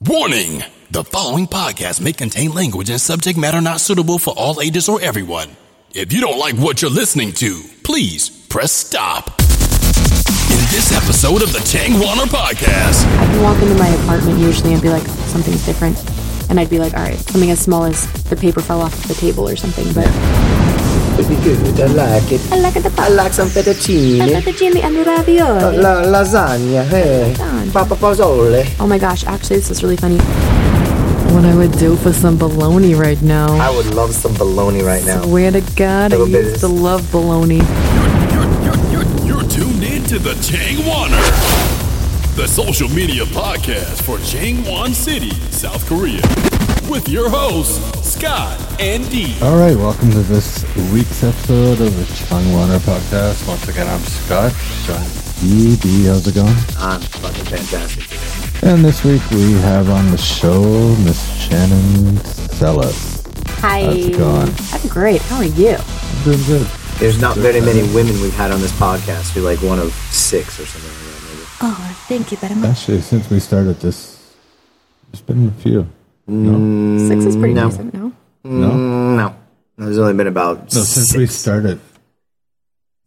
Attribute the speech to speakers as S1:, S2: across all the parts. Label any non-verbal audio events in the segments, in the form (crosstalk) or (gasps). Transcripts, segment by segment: S1: Warning The following podcast may contain language and subject matter not suitable for all ages or everyone. If you don't like what you're listening to, please press stop. In this episode of the Chang Warner Podcast,
S2: I can walk into my apartment usually and be like, something's different. And I'd be like, all right, something as small as the paper fell off the table or something. But
S3: pretty good. I like it.
S2: I like it the
S3: I like some fettuccine.
S2: fettuccine and the ravioli.
S3: La lasagna, eh?
S2: Done.
S3: Papa Pasole.
S2: Oh my gosh, actually, this is really funny.
S4: What I would do for some bologna right now.
S3: I would love some bologna right now.
S4: Swear to God, I
S3: Little bit
S4: used
S3: is-
S4: to love bologna.
S1: you're, you're- you're- you're tuned in to the Chang Warner, the social media podcast for Changwon City, South Korea, with your hosts, Scott and Dee.
S5: All right, welcome to this week's episode of the Chung Water Podcast. Once again, I'm Scott. John D. D. How's it going?
S3: Ah, I'm fucking fantastic today.
S5: And this week we have on the show Miss Shannon Sellis.
S2: Hi.
S5: How's it going?
S2: I'm great. How are you?
S5: Doing good.
S3: There's not very many women we've had on this podcast. We're like one of six or something like that. Maybe.
S2: Oh, thank you very much.
S5: Actually, since we started this, there's been a few.
S2: Six is pretty
S3: Mm, no.
S2: decent, no?
S5: No,
S3: No. There's only been about
S5: no. Since
S3: six.
S5: we started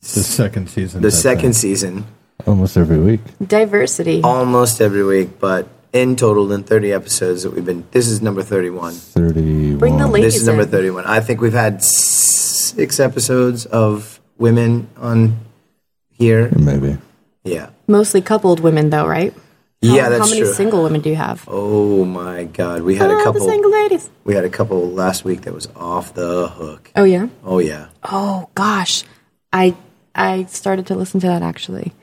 S5: the second season.
S3: the
S5: that's
S3: second
S5: been
S3: season,
S5: almost every week.
S2: Diversity.
S3: Oh, almost every week, but in total, in 30 episodes that we've been, this is number 31.
S5: Thirty.
S2: Bring the ladies
S3: This is number
S2: in.
S3: 31. I think we've had six episodes of women on here.
S5: Maybe.
S3: Yeah.
S2: Mostly coupled women, though, right?
S3: Yeah,
S2: how,
S3: that's
S2: How many
S3: true.
S2: single women do you have?
S3: Oh my god, we
S2: I
S3: had a
S2: love the single
S3: couple.
S2: ladies.
S3: We had a couple last week that was off the hook.
S2: Oh, yeah?
S3: Oh yeah.
S2: Oh, gosh. I I started to listen to that, actually.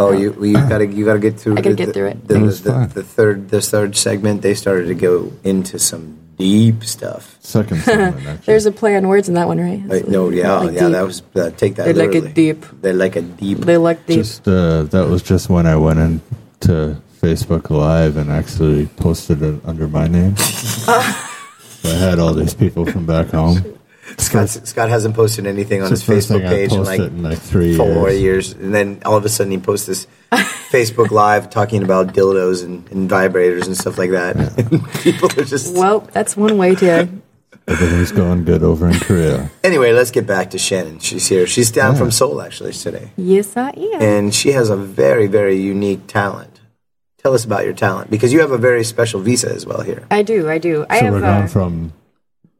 S3: Oh, you you gotta you gotta get through.
S2: I gotta
S3: the-
S2: get through it.
S3: The,
S5: It
S3: the,
S5: was
S3: the,
S5: fun.
S3: the third the third segment they started to go into some deep stuff. (laughs)
S5: Second season. Actually.
S2: There's a play on words in that one, right?
S3: Like, no, yeah,
S2: Like
S3: yeah,
S2: deep.
S3: that was uh, take that.
S2: They like it
S3: literally.
S2: deep.
S3: They like it deep.
S2: They like deep.
S5: Just uh, that was just when I went into Facebook Live and actually posted it under
S3: (laughs)
S5: my name. so I had all these people from back home.
S3: Scott Scott hasn't posted anything on
S5: It's
S3: his
S5: the first
S3: Facebook
S5: thing I
S3: page in
S5: posted
S3: like
S5: in like three
S3: four years,
S5: years.
S3: and then all of a sudden he
S2: (laughs)
S3: posts this Facebook Live talking about dildos and, and vibrators and stuff like that. (laughs) People are just
S2: Well, that's one way
S3: (laughs)
S2: to.
S5: Everything's going good over in Korea.
S3: Anyway, let's get back to Shannon. She's here. She's down
S5: Yeah.
S3: from Seoul actually today,
S2: yes, I am.
S3: and she has a very, very unique talent. Tell us about your talent because you have a very special visa as well here.
S2: I do, I do. I
S5: so
S2: have.
S5: we're
S2: Uh,
S5: going from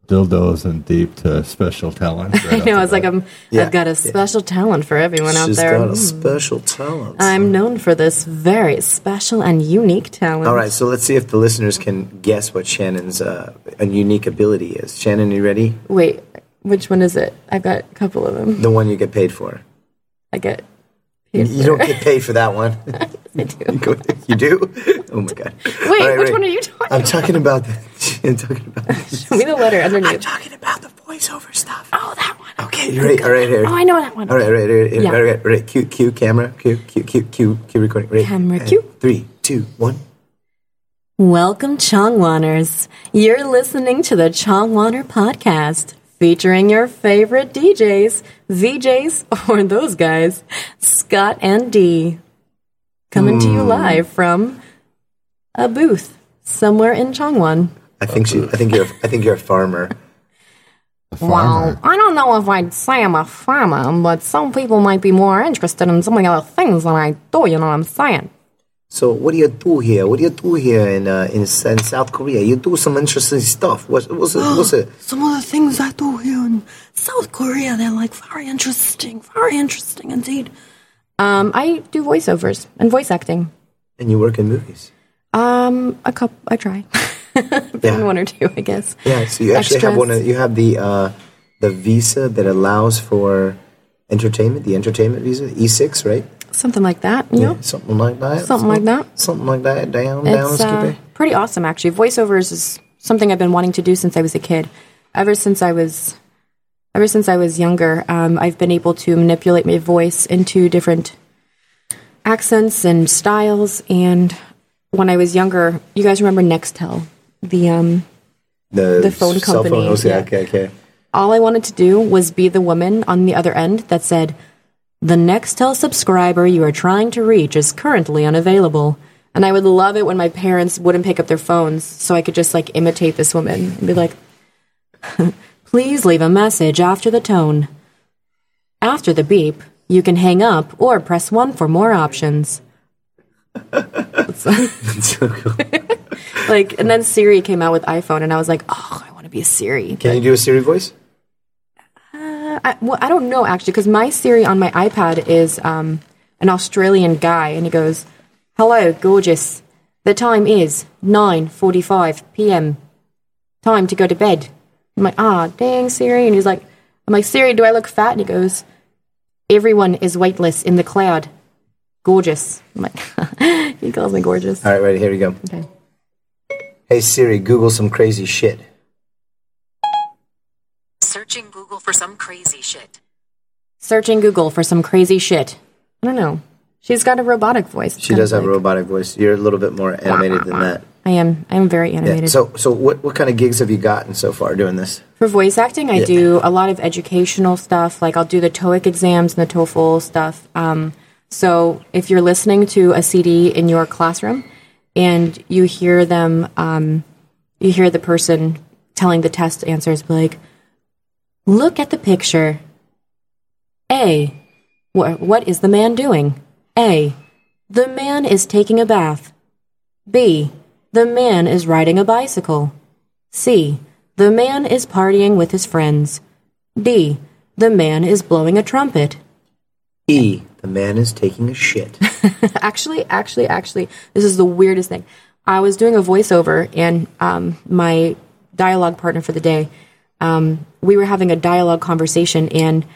S5: dildos and deep to special
S3: (laughs)
S5: talent.
S2: (laughs)
S5: right
S2: I
S5: off
S2: know.
S5: the
S2: It's like
S5: bat.
S2: I'm.
S3: Yeah,
S2: I've got
S3: yeah.
S2: a special talent for everyone out
S3: She's
S2: there.
S3: got a
S2: Mm.
S3: special talent.
S2: I'm known for this very special and unique talent.
S3: All right, so let's see if the listeners can guess what Shannon's uh, unique ability is. Shannon, you ready?
S2: Wait, which one is it? I've got a couple of them.
S3: The one you get paid for.
S2: I get. (laughs)
S3: You don't get paid for that one.
S2: I do.
S3: Go- (laughs) you do? Oh my god!
S2: Wait, which one are you talking? Oh,
S3: I'm talking about. The, (laughs) I'm talking about. The,
S2: Show me the letter
S3: I'm
S2: underneath.
S3: talking about the voiceover stuff.
S2: Oh, that one.
S3: Okay, you're right, all right, all right.
S2: Oh, I know that one.
S3: All right, all right, all right,
S2: Yeah.
S3: all right, all right, all right. Cue, cue, camera, cue, cue, cue, cue, cue, recording. Right.
S2: Camera,
S3: And
S2: cue.
S3: Three, two, one.
S2: Welcome, Chongwaners. You're listening to the Chongwaner podcast, featuring your favorite DJs, VJs, (laughs) or those guys, Scott and Dee. Coming to you live from a booth somewhere in Chongwan.
S3: I think she. I think you're. I think you're a
S2: (laughs)
S3: farmer.
S5: A farmer.
S2: I don't know if I'd say I'm a farmer, but some people might be more interested in some of the other things than I do, you know what I'm saying?
S3: So what do you do here? What do you do here in uh, in, S- in South Korea? You do some interesting stuff. What,
S2: (gasps)
S3: what's it? What's it?
S6: some of the things I do here in South Korea, they're like very interesting, very interesting indeed.
S2: Um, I do voiceovers and voice acting.
S3: And you work in movies.
S2: Um, a couple, I try. (laughs)
S3: Yeah.
S2: one or two, I guess.
S3: Yeah. So you actually have
S2: Extras.
S3: one. Of, you have the uh, the visa that allows for entertainment. The entertainment visa, E6, right?
S2: Something like that. You know?
S3: Something like that.
S2: Something like that.
S3: Something like that. Down, down,
S2: It's uh,
S3: skippy.
S2: pretty awesome, actually. Voiceovers is something I've been wanting to do since I was a kid. Ever since I was, ever since I was younger, um, I've been able to manipulate my voice into different accents and styles. And when I was younger, you guys remember Nextel, the um, the phone
S3: cell phone.
S2: company,
S3: Okay,
S2: yeah.
S3: okay, okay.
S2: all I wanted to do was be the woman on the other end that said, The Nextel subscriber you are trying to reach is currently unavailable.
S4: And I would love it when my parents wouldn't pick up their phones so I could just like imitate this woman and be like, (laughs) please leave a message after the tone. After the beep, you can hang up or press 1 for more options. (laughs)
S3: so cool.
S4: Like, and then Siri came out with iPhone, and I was like, oh, I want to be a Siri.
S3: Can you do a Siri voice?
S4: I, well, I don't know actually, because my Siri on my iPad is um, an Australian guy, and he goes, "Hello, gorgeous. The time is nine forty-five p.m. Time to go to bed." I'm like, "Ah, dang, Siri," and he's like, "I'm like Siri, do I look fat?" And he goes, "Everyone is weightless in the cloud. Gorgeous." I'm like, (laughs) he calls me gorgeous.
S3: All right, ready. Here we go.
S4: Okay.
S3: Hey Siri, Google some crazy shit.
S2: Searching Google for some crazy shit.
S4: Searching Google for some crazy shit. I don't know. She's got a robotic voice.
S3: She does have
S4: a
S3: a robotic voice. You're a little bit more animated than that.
S4: I am. I am very animated.
S3: Yeah. So, so what what kind of gigs have you gotten so far doing this?
S4: For voice acting, I do a lot of educational stuff. Like I'll do the TOEIC exams and the TOEFL stuff. Um, so if you're listening to a CD in your classroom and you hear them, um, you hear the person telling the test answers, be like, "Look at the picture. A, wh- what is the man doing? A, the man is taking a bath. B, the man is riding a bicycle." C. The man is partying with his friends. D. The man is blowing a trumpet. (laughs)
S3: E. The man is taking
S2: (laughs)
S3: a shit.
S4: actually, actually, actually, this is the weirdest thing. I was doing a voiceover, and um, my dialogue partner for the day, um, we were having a dialogue conversation, and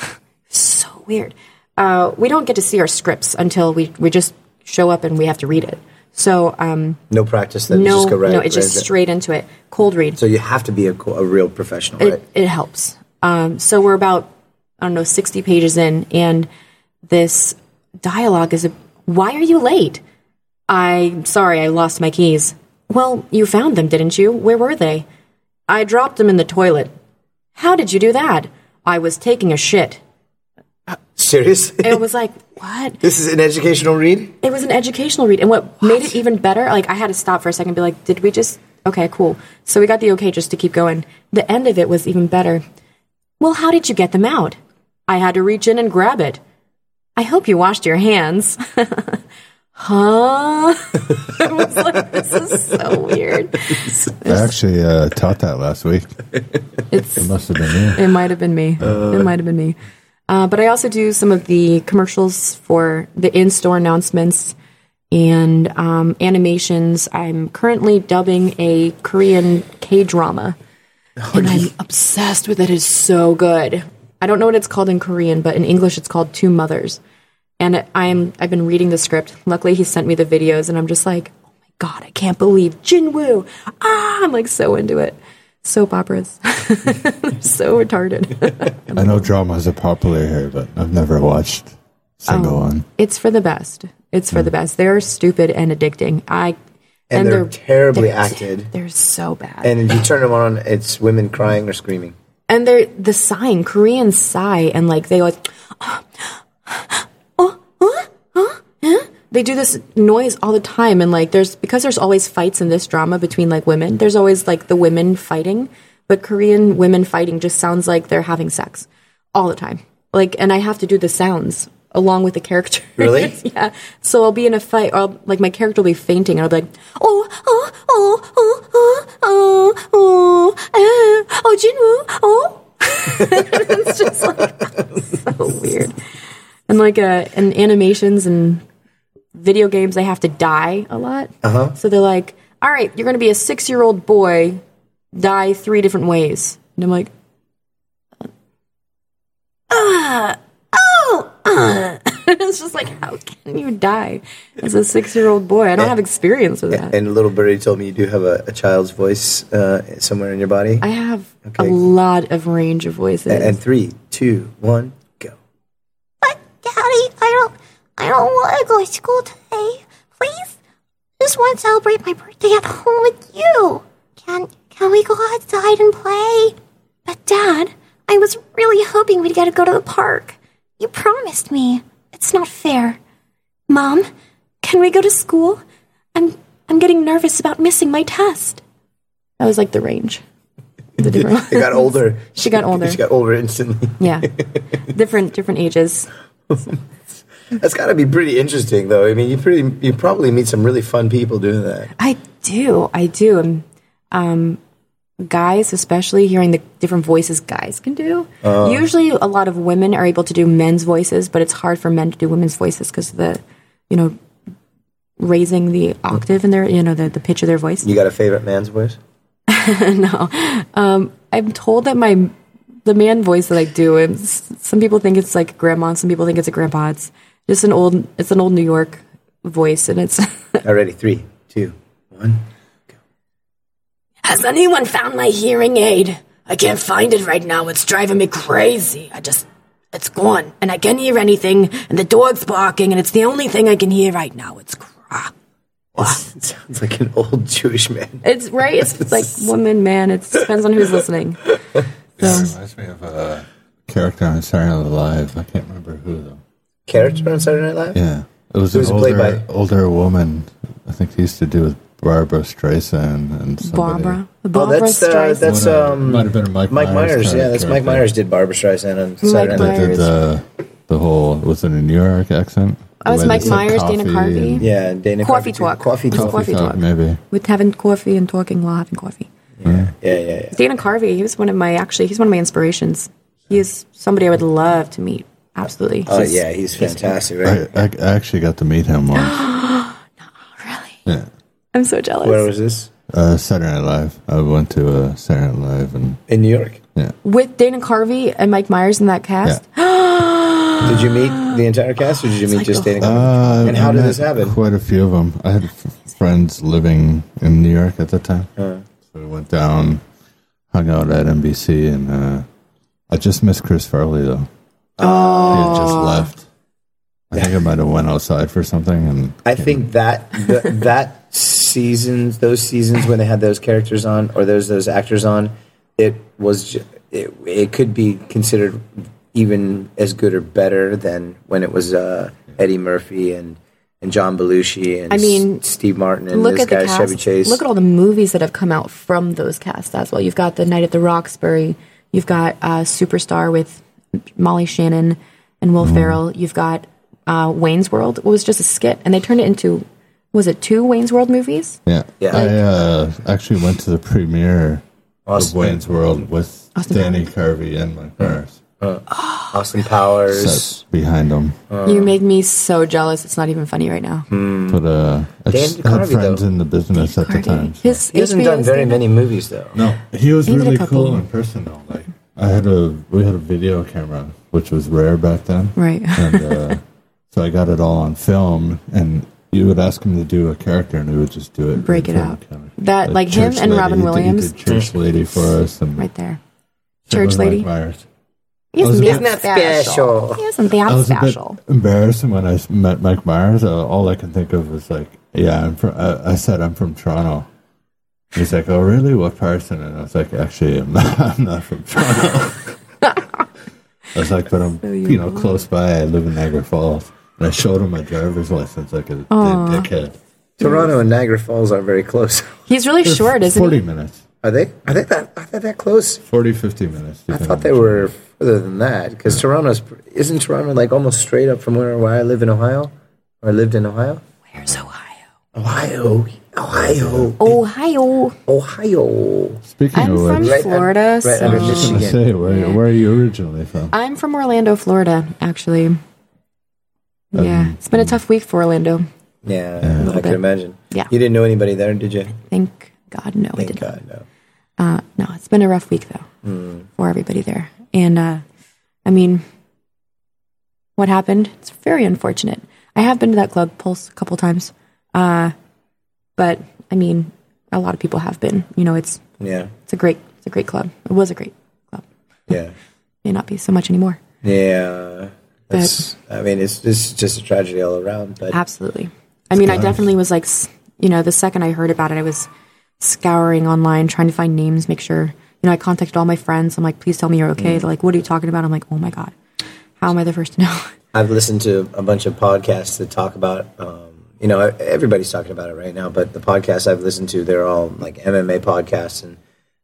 S4: (sighs) so weird. Uh, we don't get to see our scripts until we, we just show up and we have to read it. So um,
S3: No practice. That
S4: no,
S3: just go right.
S4: no, it's
S3: right
S4: just
S3: into it.
S4: straight into it. Cold read.
S3: So you have to be a, co- a real professional, right? (laughs)
S4: it, it helps. Um, so we're about I don't know sixty pages in, and this dialogue is a why are you late? I'm sorry, I lost my keys. Well, you found them, didn't you? Where were they? I dropped them in the toilet. How did you do that? I was taking a shit.
S3: Seriously,
S4: It was like (laughs)
S3: (laughs)
S4: what?
S3: this is an educational read.
S4: It was an educational read, and what, made it even better, like I had to stop for a second and be like, "Did we just okay, cool?" So we got the okay just to keep going. The end of it was even better. Well, how did you get them out? I had to reach in and grab it. I hope you washed your hands. (laughs) huh? (laughs) I was like, "This is so weird."
S5: I actually uh, taught that last week.
S4: It's
S5: Must have been you.
S4: (laughs) It might have been me. it might have been me. Uh, but I also do some of the commercials for the in-store announcements and um, animations. I'm currently dubbing a Korean K-drama, and I'm obsessed with it. It's so good. I don't know what it's called in Korean, but in English, it's called Two Mothers. And I'm I've been reading the script. Luckily, he sent me the videos, and I'm just like, oh my god, I can't believe Jinwoo. Ah, I'm like so into it. Soap operas, (laughs) they're so retarded. (laughs)
S5: I know dramas are popular here, but I've never watched a single
S3: Oh.
S5: one.
S4: It's for the best. It's for the best. They're stupid and addicting. I
S3: And they're terribly acted.
S4: They're so bad. And,
S3: And if you turn them on, it's women crying or screaming.
S4: they're the sighing, Korean sigh, and like they like, (gasps) oh, huh, huh, huh? They do this noise all the time, and like there's because there's always fights in this drama between like women. There's always like the women fighting, but Korean women fighting just sounds like they're having sex all the time. Like, and I have to do the sounds along with the characters.
S3: Really?
S4: (laughs) yeah. So I'll be in a fight. Or I'll, like my character will be fainting, and I'll be like, oh, oh, oh, oh, oh, oh, oh, oh, oh, Jinwoo, oh. (laughs) it's just like so weird. And like uh, and animations and video games, they have to die a lot. Uh-huh. So they're like, all right, you're going to be a six year old boy, die three different ways. And I'm like, "Uh, ah, oh, ah. uh, oh, (laughs) it's just like, how can you die as a six year old boy? I don't have experience with that.
S3: And Little Birdie told me you do have a, a child's voice uh, somewhere in your body.
S4: I have
S3: Okay.
S4: a lot of range of voices.
S3: and, and three, two, one, go.
S7: But Daddy, I don't, I don't want to go to school today. Please, I just want to celebrate my birthday at home with you. Can can we go outside and play? But Dad, I was really hoping we'd get to go to the park. You promised me. It's not fair. Mom, can we go to school?
S2: I'm I'm getting nervous about missing my test. That was like the range. The
S3: (laughs)
S2: different
S3: They got
S4: (laughs)
S3: older.
S2: She got older.
S3: (laughs) She got older instantly. (laughs)
S2: yeah. different different ages.
S3: That's got to be pretty interesting, though. I mean, you pretty you probably meet some really fun people doing that.
S2: I do. I do. And um, guys, especially hearing the different voices guys can do. Usually, a lot of women are able to do men's voices, but it's hard for men to do women's voices because the, you know, raising the octave in their, you know, the, the pitch of their voice.
S3: You got a favorite man's voice?
S2: I'm told that my the man voice that I do, and s- some people think it's like grandma, and some people think it's a grandpa. It's just an old, it's an old New York voice, and it's. (laughs)
S3: Already three, two, one.
S8: Has anyone found my hearing aid? I can't find it right now. It's driving me crazy. I just. It's gone, and I can't hear anything, and the dog's barking, and it's the only thing I can hear right now. It's crap.
S3: It (laughs) sounds like an old Jewish man.
S2: It's right. It's like woman, man. It depends on who's
S3: (laughs)
S2: listening.
S5: It reminds me of uh, a character on Saturday Night Live. I can't remember who though.
S3: Character on Saturday Night Live.
S5: Yeah, it was,
S3: Who was
S5: an
S3: it played
S5: older older woman. I think she used to do with Barbara Streisand and somebody.
S2: Barbara.
S3: Oh,
S2: Barbara
S3: that's uh,
S2: Streisand.
S3: that's
S5: Might have-
S3: um,
S5: might have been a Mike Myers
S3: Myers.
S5: kind
S3: Yeah,
S5: of
S3: that's Mike
S5: character.
S3: Myers did Barbara Streisand on Saturday Night.
S5: That did
S2: Myers.
S5: the the whole was it a New York accent?
S2: Oh, it's
S5: The way
S2: Mike
S5: they said
S2: Myers, Dana
S5: coffee
S2: Carvey.
S5: and
S3: Yeah, and Dana
S2: Coffee
S3: Carvey, too.
S2: Talk.
S3: Coffee
S2: It's
S3: talk.
S2: Coffee
S5: Coffee talk,
S2: Talk.
S5: maybe.
S2: With having coffee and talking while having coffee.
S3: Yeah, yeah, yeah.
S2: Dana Carvey. He was one of my actually. He's one of my inspirations. He is somebody I would love to meet. Absolutely.
S3: Oh, yeah, he's fantastic, right?
S5: I, I, I actually got to meet
S2: (gasps)
S5: him once.
S2: I'm so jealous.
S3: Where was this?
S5: Uh, Saturday Night Live. I went to uh, Saturday Night Live and
S3: In New York.
S2: With Dana Carvey and Mike Myers in that cast.
S3: Did you meet the entire cast, or did you meet just Dana Carvey?
S5: Uh,
S3: and how
S5: I
S3: did
S5: met
S3: this happen?
S5: Quite a few of them. I had f- friends living in New York at the time,
S3: Uh-huh.
S5: so we went down, hung out at NBC, and uh, I just missed Chris Farley though. Oh, he had just left. I think I might have went outside for something, and
S3: I think that th- (laughs) that seasons, those seasons when they had those characters on, or those those actors on, it was ju- it, it could be considered even as good or better than when it was uh, Eddie Murphy and and John Belushi and
S2: I mean,
S3: S- Steve Martin and
S2: look
S3: this
S2: at the
S3: guy
S2: cast.
S3: Chevy Chase.
S2: Look at all the movies that have come out from those casts as well. You've got the Night at the Roxbury. You've got uh, Superstar with Molly Shannon and
S5: Mm-hmm.
S2: Will Ferrell. You've got uh, Wayne's World. It was just a skit, and they turned it into was it two Wayne's World movies?
S5: yeah,
S3: Yeah.
S5: I uh, actually went to the premiere of
S3: Austin,
S5: Wayne's World with
S2: Austin
S5: Danny Carvey and my parents
S3: Austin Powers.
S5: sat behind him.
S3: Um,
S2: you make me so jealous. It's not even funny right now.
S5: But uh, I just had
S3: Carvey,
S5: friends
S3: though.
S5: in the business at the time. so-
S2: His
S3: He hasn't
S2: HBO
S3: done very
S2: stand-
S3: many movies though.
S5: No, he was
S2: He did a
S5: really
S2: couple.
S5: cool in person though. Like I had a we had a video camera, which was rare back then,
S2: Right.
S5: (laughs)
S2: (laughs)
S5: and uh, so I got it all on film. And you would ask him to do a character, and he would just do it, in
S2: Break it
S5: film
S2: out.
S5: kind of-
S2: That- like him
S5: Church
S2: and
S5: Lady,
S2: Robin
S5: he did- he
S2: Williams.
S5: did church lady for us, and
S2: right there.
S5: same with
S2: Church
S5: Mike
S2: Lady.
S5: Myers.
S2: He
S5: was a
S2: isn't
S5: bit-
S2: that special. He isn't that
S5: I was
S2: special.
S5: a bit embarrassed and when I s- met Mike Myers. Uh, all I can think of was like, "Yeah, I'm from." I, I said, "I'm from Toronto." He's like, "Oh, really? What person?" And I was like, "Actually, I'm not. (laughs) I'm not
S2: (laughs)
S5: from Toronto." I was like, "But I'm, you know, close by. I live in Niagara Falls." And I showed him my driver's license, like a damn dickhead.
S3: Toronto and Niagara Falls are very close. (laughs)
S2: He's really short, isn't
S5: Forty
S2: he?
S5: minutes.
S3: Are they? Are they that? Are they that close?
S5: 40, 50 minutes.
S3: I thought they were further than that because Toronto's isn't Toronto like almost straight up from where, where I live in Ohio, or I lived in Ohio. Where's Ohio? Ohio, Ohio,
S2: Oh, Ohio.
S3: Ohio.
S5: Speaking
S2: I'm
S5: of which,
S2: from
S5: I
S3: Right,
S2: Florida,
S3: right
S2: so
S3: under
S5: was just going to
S3: Michigan.
S5: say, where, where are you originally from?
S2: I'm from Orlando, Florida,
S3: Um,
S2: actually. Yeah, it's been a tough week for Orlando.
S3: Yeah, I
S2: little
S3: can
S2: bit.
S3: imagine.
S2: Yeah.
S3: you didn't know anybody there, did you?
S2: Thank God, no, I
S3: Thank
S2: did not.
S3: God, Hmm. no.
S2: Uh, no, it's been a rough week though for everybody there, and uh, I mean, what happened? It's very unfortunate. I have been to that club Pulse a couple times, uh, but I mean, a lot of people have been. You know, it's
S3: Yeah,
S2: it's a great it's a great club. It was a great club.
S3: yeah,
S2: May not be so much anymore.
S3: yeah. That's, I mean, it's this is just a tragedy all around. But
S2: Absolutely. I mean, I definitely was like, s- you know, the second I heard about it, I was scouring online trying to find names, make sure. You know, I contacted all my friends. I'm like, please tell me you're okay. They're like, what are you talking about? I'm like, oh my god, how am I the first to know? (laughs)
S3: I've listened to a bunch of podcasts that talk about, um, you know, everybody's talking about it right now, but the podcasts I've listened to, they're all like MMA podcasts. And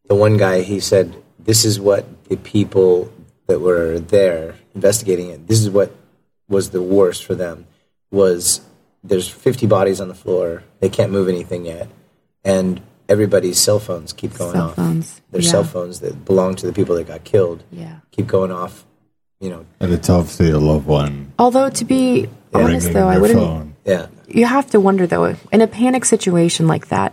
S3: the one guy, he said, this is what the people that were there investigating it, this is what was the worst for them was there's 50 bodies on the floor. They can't move anything yet. And everybody's cell phones keep going
S2: Cell
S3: off.
S2: phones,
S3: Their
S2: yeah.
S3: cell phones that belong to the people that got killed
S2: Yeah.
S3: keep going off, you know.
S5: And it's obviously a loved one
S2: Although to be honest,
S5: ringing
S2: though, I
S5: their
S2: wouldn't.
S5: phone.
S3: Yeah.
S2: you have to wonder though in a panic situation like that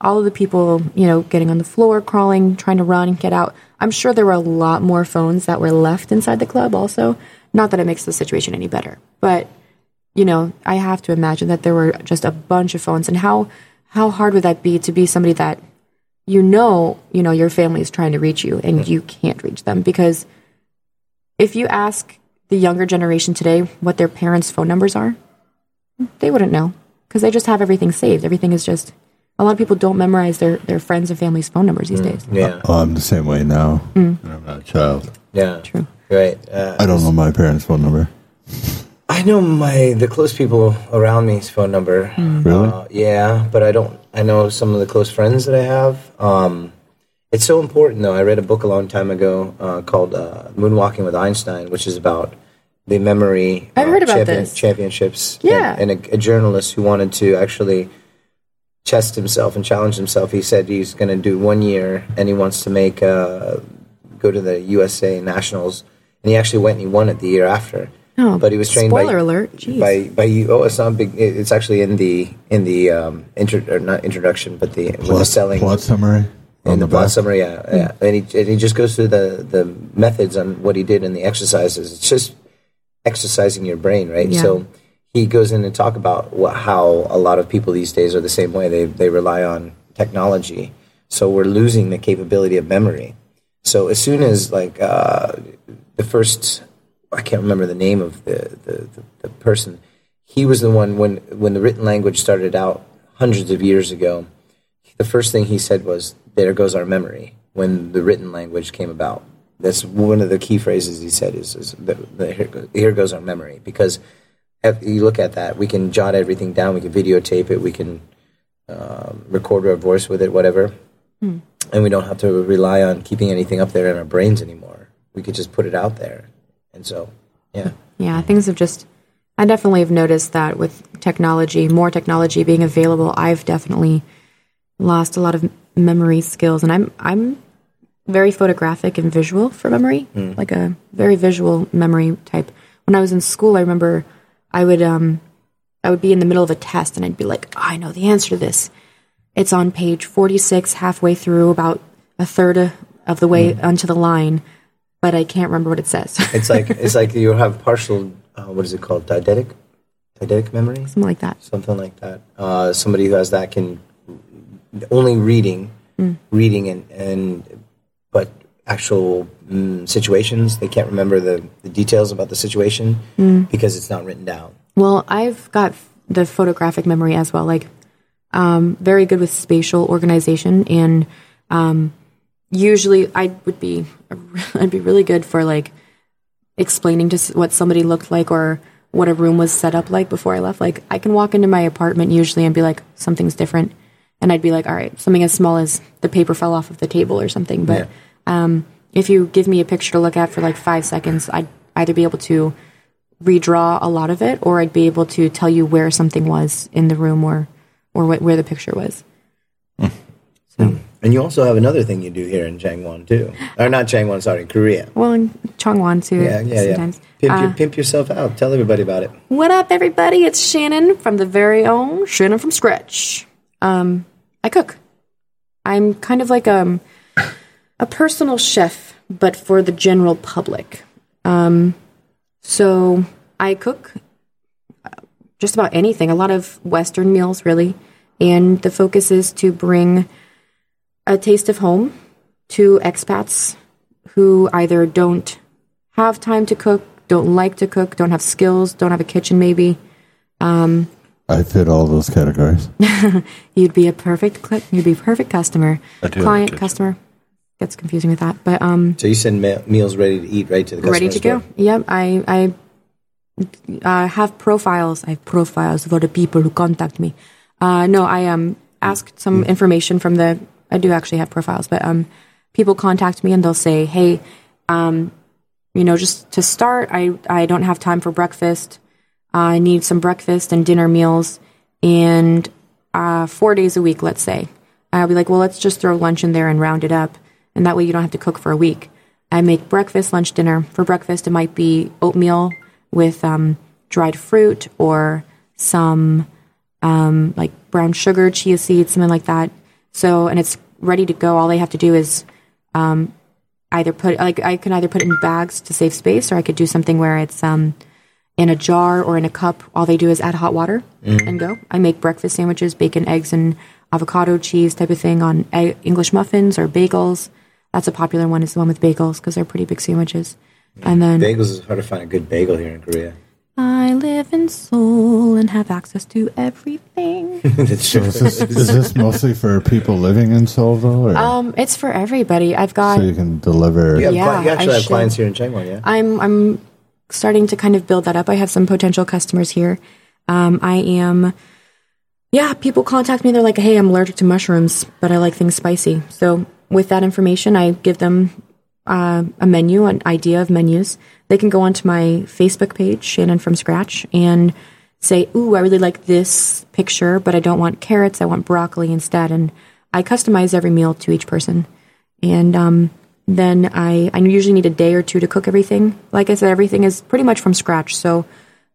S2: all of the people you know getting on the floor crawling trying to run get out i'm sure there were a lot more phones that were left inside the club also not that it makes the situation any better but you know i have to imagine that there were just a bunch of phones and how how hard would that be to be somebody that you know you know your family is trying to reach you and you can't reach them because if you ask the younger generation today what their parents phone numbers are they wouldn't know because they just have everything saved. Everything is just a lot of people don't memorize their their friends and family's phone numbers these days.
S3: Yeah.
S5: Oh, I'm the same way now.
S2: Mm.
S5: And I'm not a child.
S3: Yeah.
S2: True.
S3: Right. Uh,
S5: I don't know my parents' phone number.
S3: I know my the close people around me's phone number.
S5: Really?
S3: Uh, yeah, but I don't. I know some of the close friends that I have. Um, it's so important, though. I read a book a long time ago uh, called uh, "Moonwalking with Einstein," which is about the memory.
S2: I've
S3: uh,
S2: heard about this.
S3: Championships.
S2: Yeah.
S3: and, and a, a journalist who wanted to actually test himself and challenge himself. He said he's going to do one year, and he wants to make uh, go to the USA Nationals. And he actually went and he won it the year after.
S2: Oh,
S3: but he was trained by
S2: spoiler alert. Jeez.
S3: by by you. Oh, it's not big. it- It's actually in the in the um, intro or not introduction, but the when they're
S5: Plot,
S3: selling
S5: plot summary?
S3: in the, plot
S5: back?
S3: summary. Yeah, yeah. And he and he just goes through the the methods on what he did and the exercises. It's just exercising your brain, right?
S2: Yeah.
S3: So he goes in and talk about what, how a lot of people these days are the same way. They they rely on technology, so we're losing the capability of memory. So as soon as like uh, the first, I can't remember the name of the, the, the, the person. He was the one when when the written language started out hundreds of years ago. The first thing he said was, "There goes our memory." When the written language came about, that's one of the key phrases he said is, is the, the, here, go- "Here goes our memory," because if you look at that, we can jot everything down, we can videotape it, we can um, record our voice with it, whatever, and we don't have to rely on keeping anything up there in our brains anymore. We could just put it out there, and so yeah,
S2: Yeah, things have just. I definitely have noticed that with technology, more technology being available, I've definitely lost a lot of memory skills, and I'm I'm very photographic and visual for memory, like a very visual memory type. When I was in school, I remember I would um I would be in the middle of a test, and I'd be like, I know the answer to this. It's on page forty six, halfway through, about a third of the way onto the line, but I can't remember what it says.
S3: it's like it's like you have partial uh, what is it called eidetic eidetic memory
S2: (laughs) Something like that.
S3: something like that. Uh, somebody who has that can only reading,
S2: Hmm.
S3: reading and, and but actual mm, situations they can't remember the, the details about the situation
S2: Hmm.
S3: because it's not written down.
S2: Well, I've got f- the photographic memory as well. Like, um, very good with spatial organization, and um, usually I would be (laughs) I'd be really good for like explaining to s- what somebody looked like or what a room was set up like before I left. Like, I can walk into my apartment usually and be like, something's different, and I'd be like, all right, something as small as the paper fell off of the table or something, but. Um, if you give me a picture to look at for like five seconds, I'd either be able to redraw a lot of it, or I'd be able to tell you where something was in the room or or what, where the picture was.
S3: And you also have another thing you do here in Changwon too, or not Changwon, sorry, Korea.
S2: Well, in Changwon too.
S3: Yeah, yeah, yeah.
S2: sometimes.
S3: Pimp,
S2: Uh,
S3: your, pimp yourself out. Tell everybody about it.
S2: what up, everybody? It's Shannon from the very own Shannon from Scratch. Um, I cook. I'm kind of like um a personal chef, but for the general public. Um, so I cook uh, just about anything, a lot of Western meals, really. And the focus is to bring a taste of home to expats who either don't have time to cook, don't like to cook, don't have skills, don't have a kitchen, maybe.
S5: I fit all
S2: (laughs)
S5: those categories.
S2: You'd be a perfect cli you'd be a perfect customer, client, customer. Gets confusing with that, but um,
S3: So you send me- meals ready to eat right to the customer.
S2: ready to go. Yep, I I uh, have profiles. I have profiles for the people who contact me. Uh, no, I um asked some information from the. I do actually have profiles, but um, people contact me and they'll say, "Hey, um, you know, just to start, I I don't have time for breakfast. I need some breakfast and dinner meals, and uh, four days a week, let's say. I'll be like, well, let's just throw lunch in there and round it up, and that way you don't have to cook for a week. I make breakfast, lunch, dinner. For breakfast, it might be oatmeal with um, dried fruit or some um, like brown sugar, chia seeds, something like that. So, and it's ready to go. All they have to do is um, either put like I can either put it in bags to save space, or I could do something where it's um, in a jar or in a cup. All they do is add hot water and go. I make breakfast sandwiches, bacon, eggs, and avocado cheese type of thing on e- English muffins or bagels. That's a popular one. Is the one with bagels because they're pretty big sandwiches. And then
S3: Bagels is hard to find a good bagel here in Korea. (laughs)
S2: I live in Seoul and have access to everything. (laughs)
S3: That's true.
S5: Is this, is this mostly for people living in Seoul, though? Or
S2: Um, it's for everybody. I've got.
S5: so you can deliver.
S3: (laughs) You, have
S2: Yeah,
S3: cli- you actually
S2: I
S3: have
S2: should.
S3: clients here in Changwon, yeah?
S2: I'm I'm starting to kind of build that up. I have some potential customers here. Um, I am, yeah. People contact me. They're like, "Hey, I'm allergic to mushrooms, but I like things spicy." So with that information, I give them uh, a menu, an idea of menus. They can go onto my Facebook page, Shannon from Scratch, and say, "Ooh, I really like this picture, but I don't want carrots. I want broccoli instead." And I customize every meal to each person and um, then I, I usually need a day or two to cook everything. Like I said, everything is pretty much from scratch. So,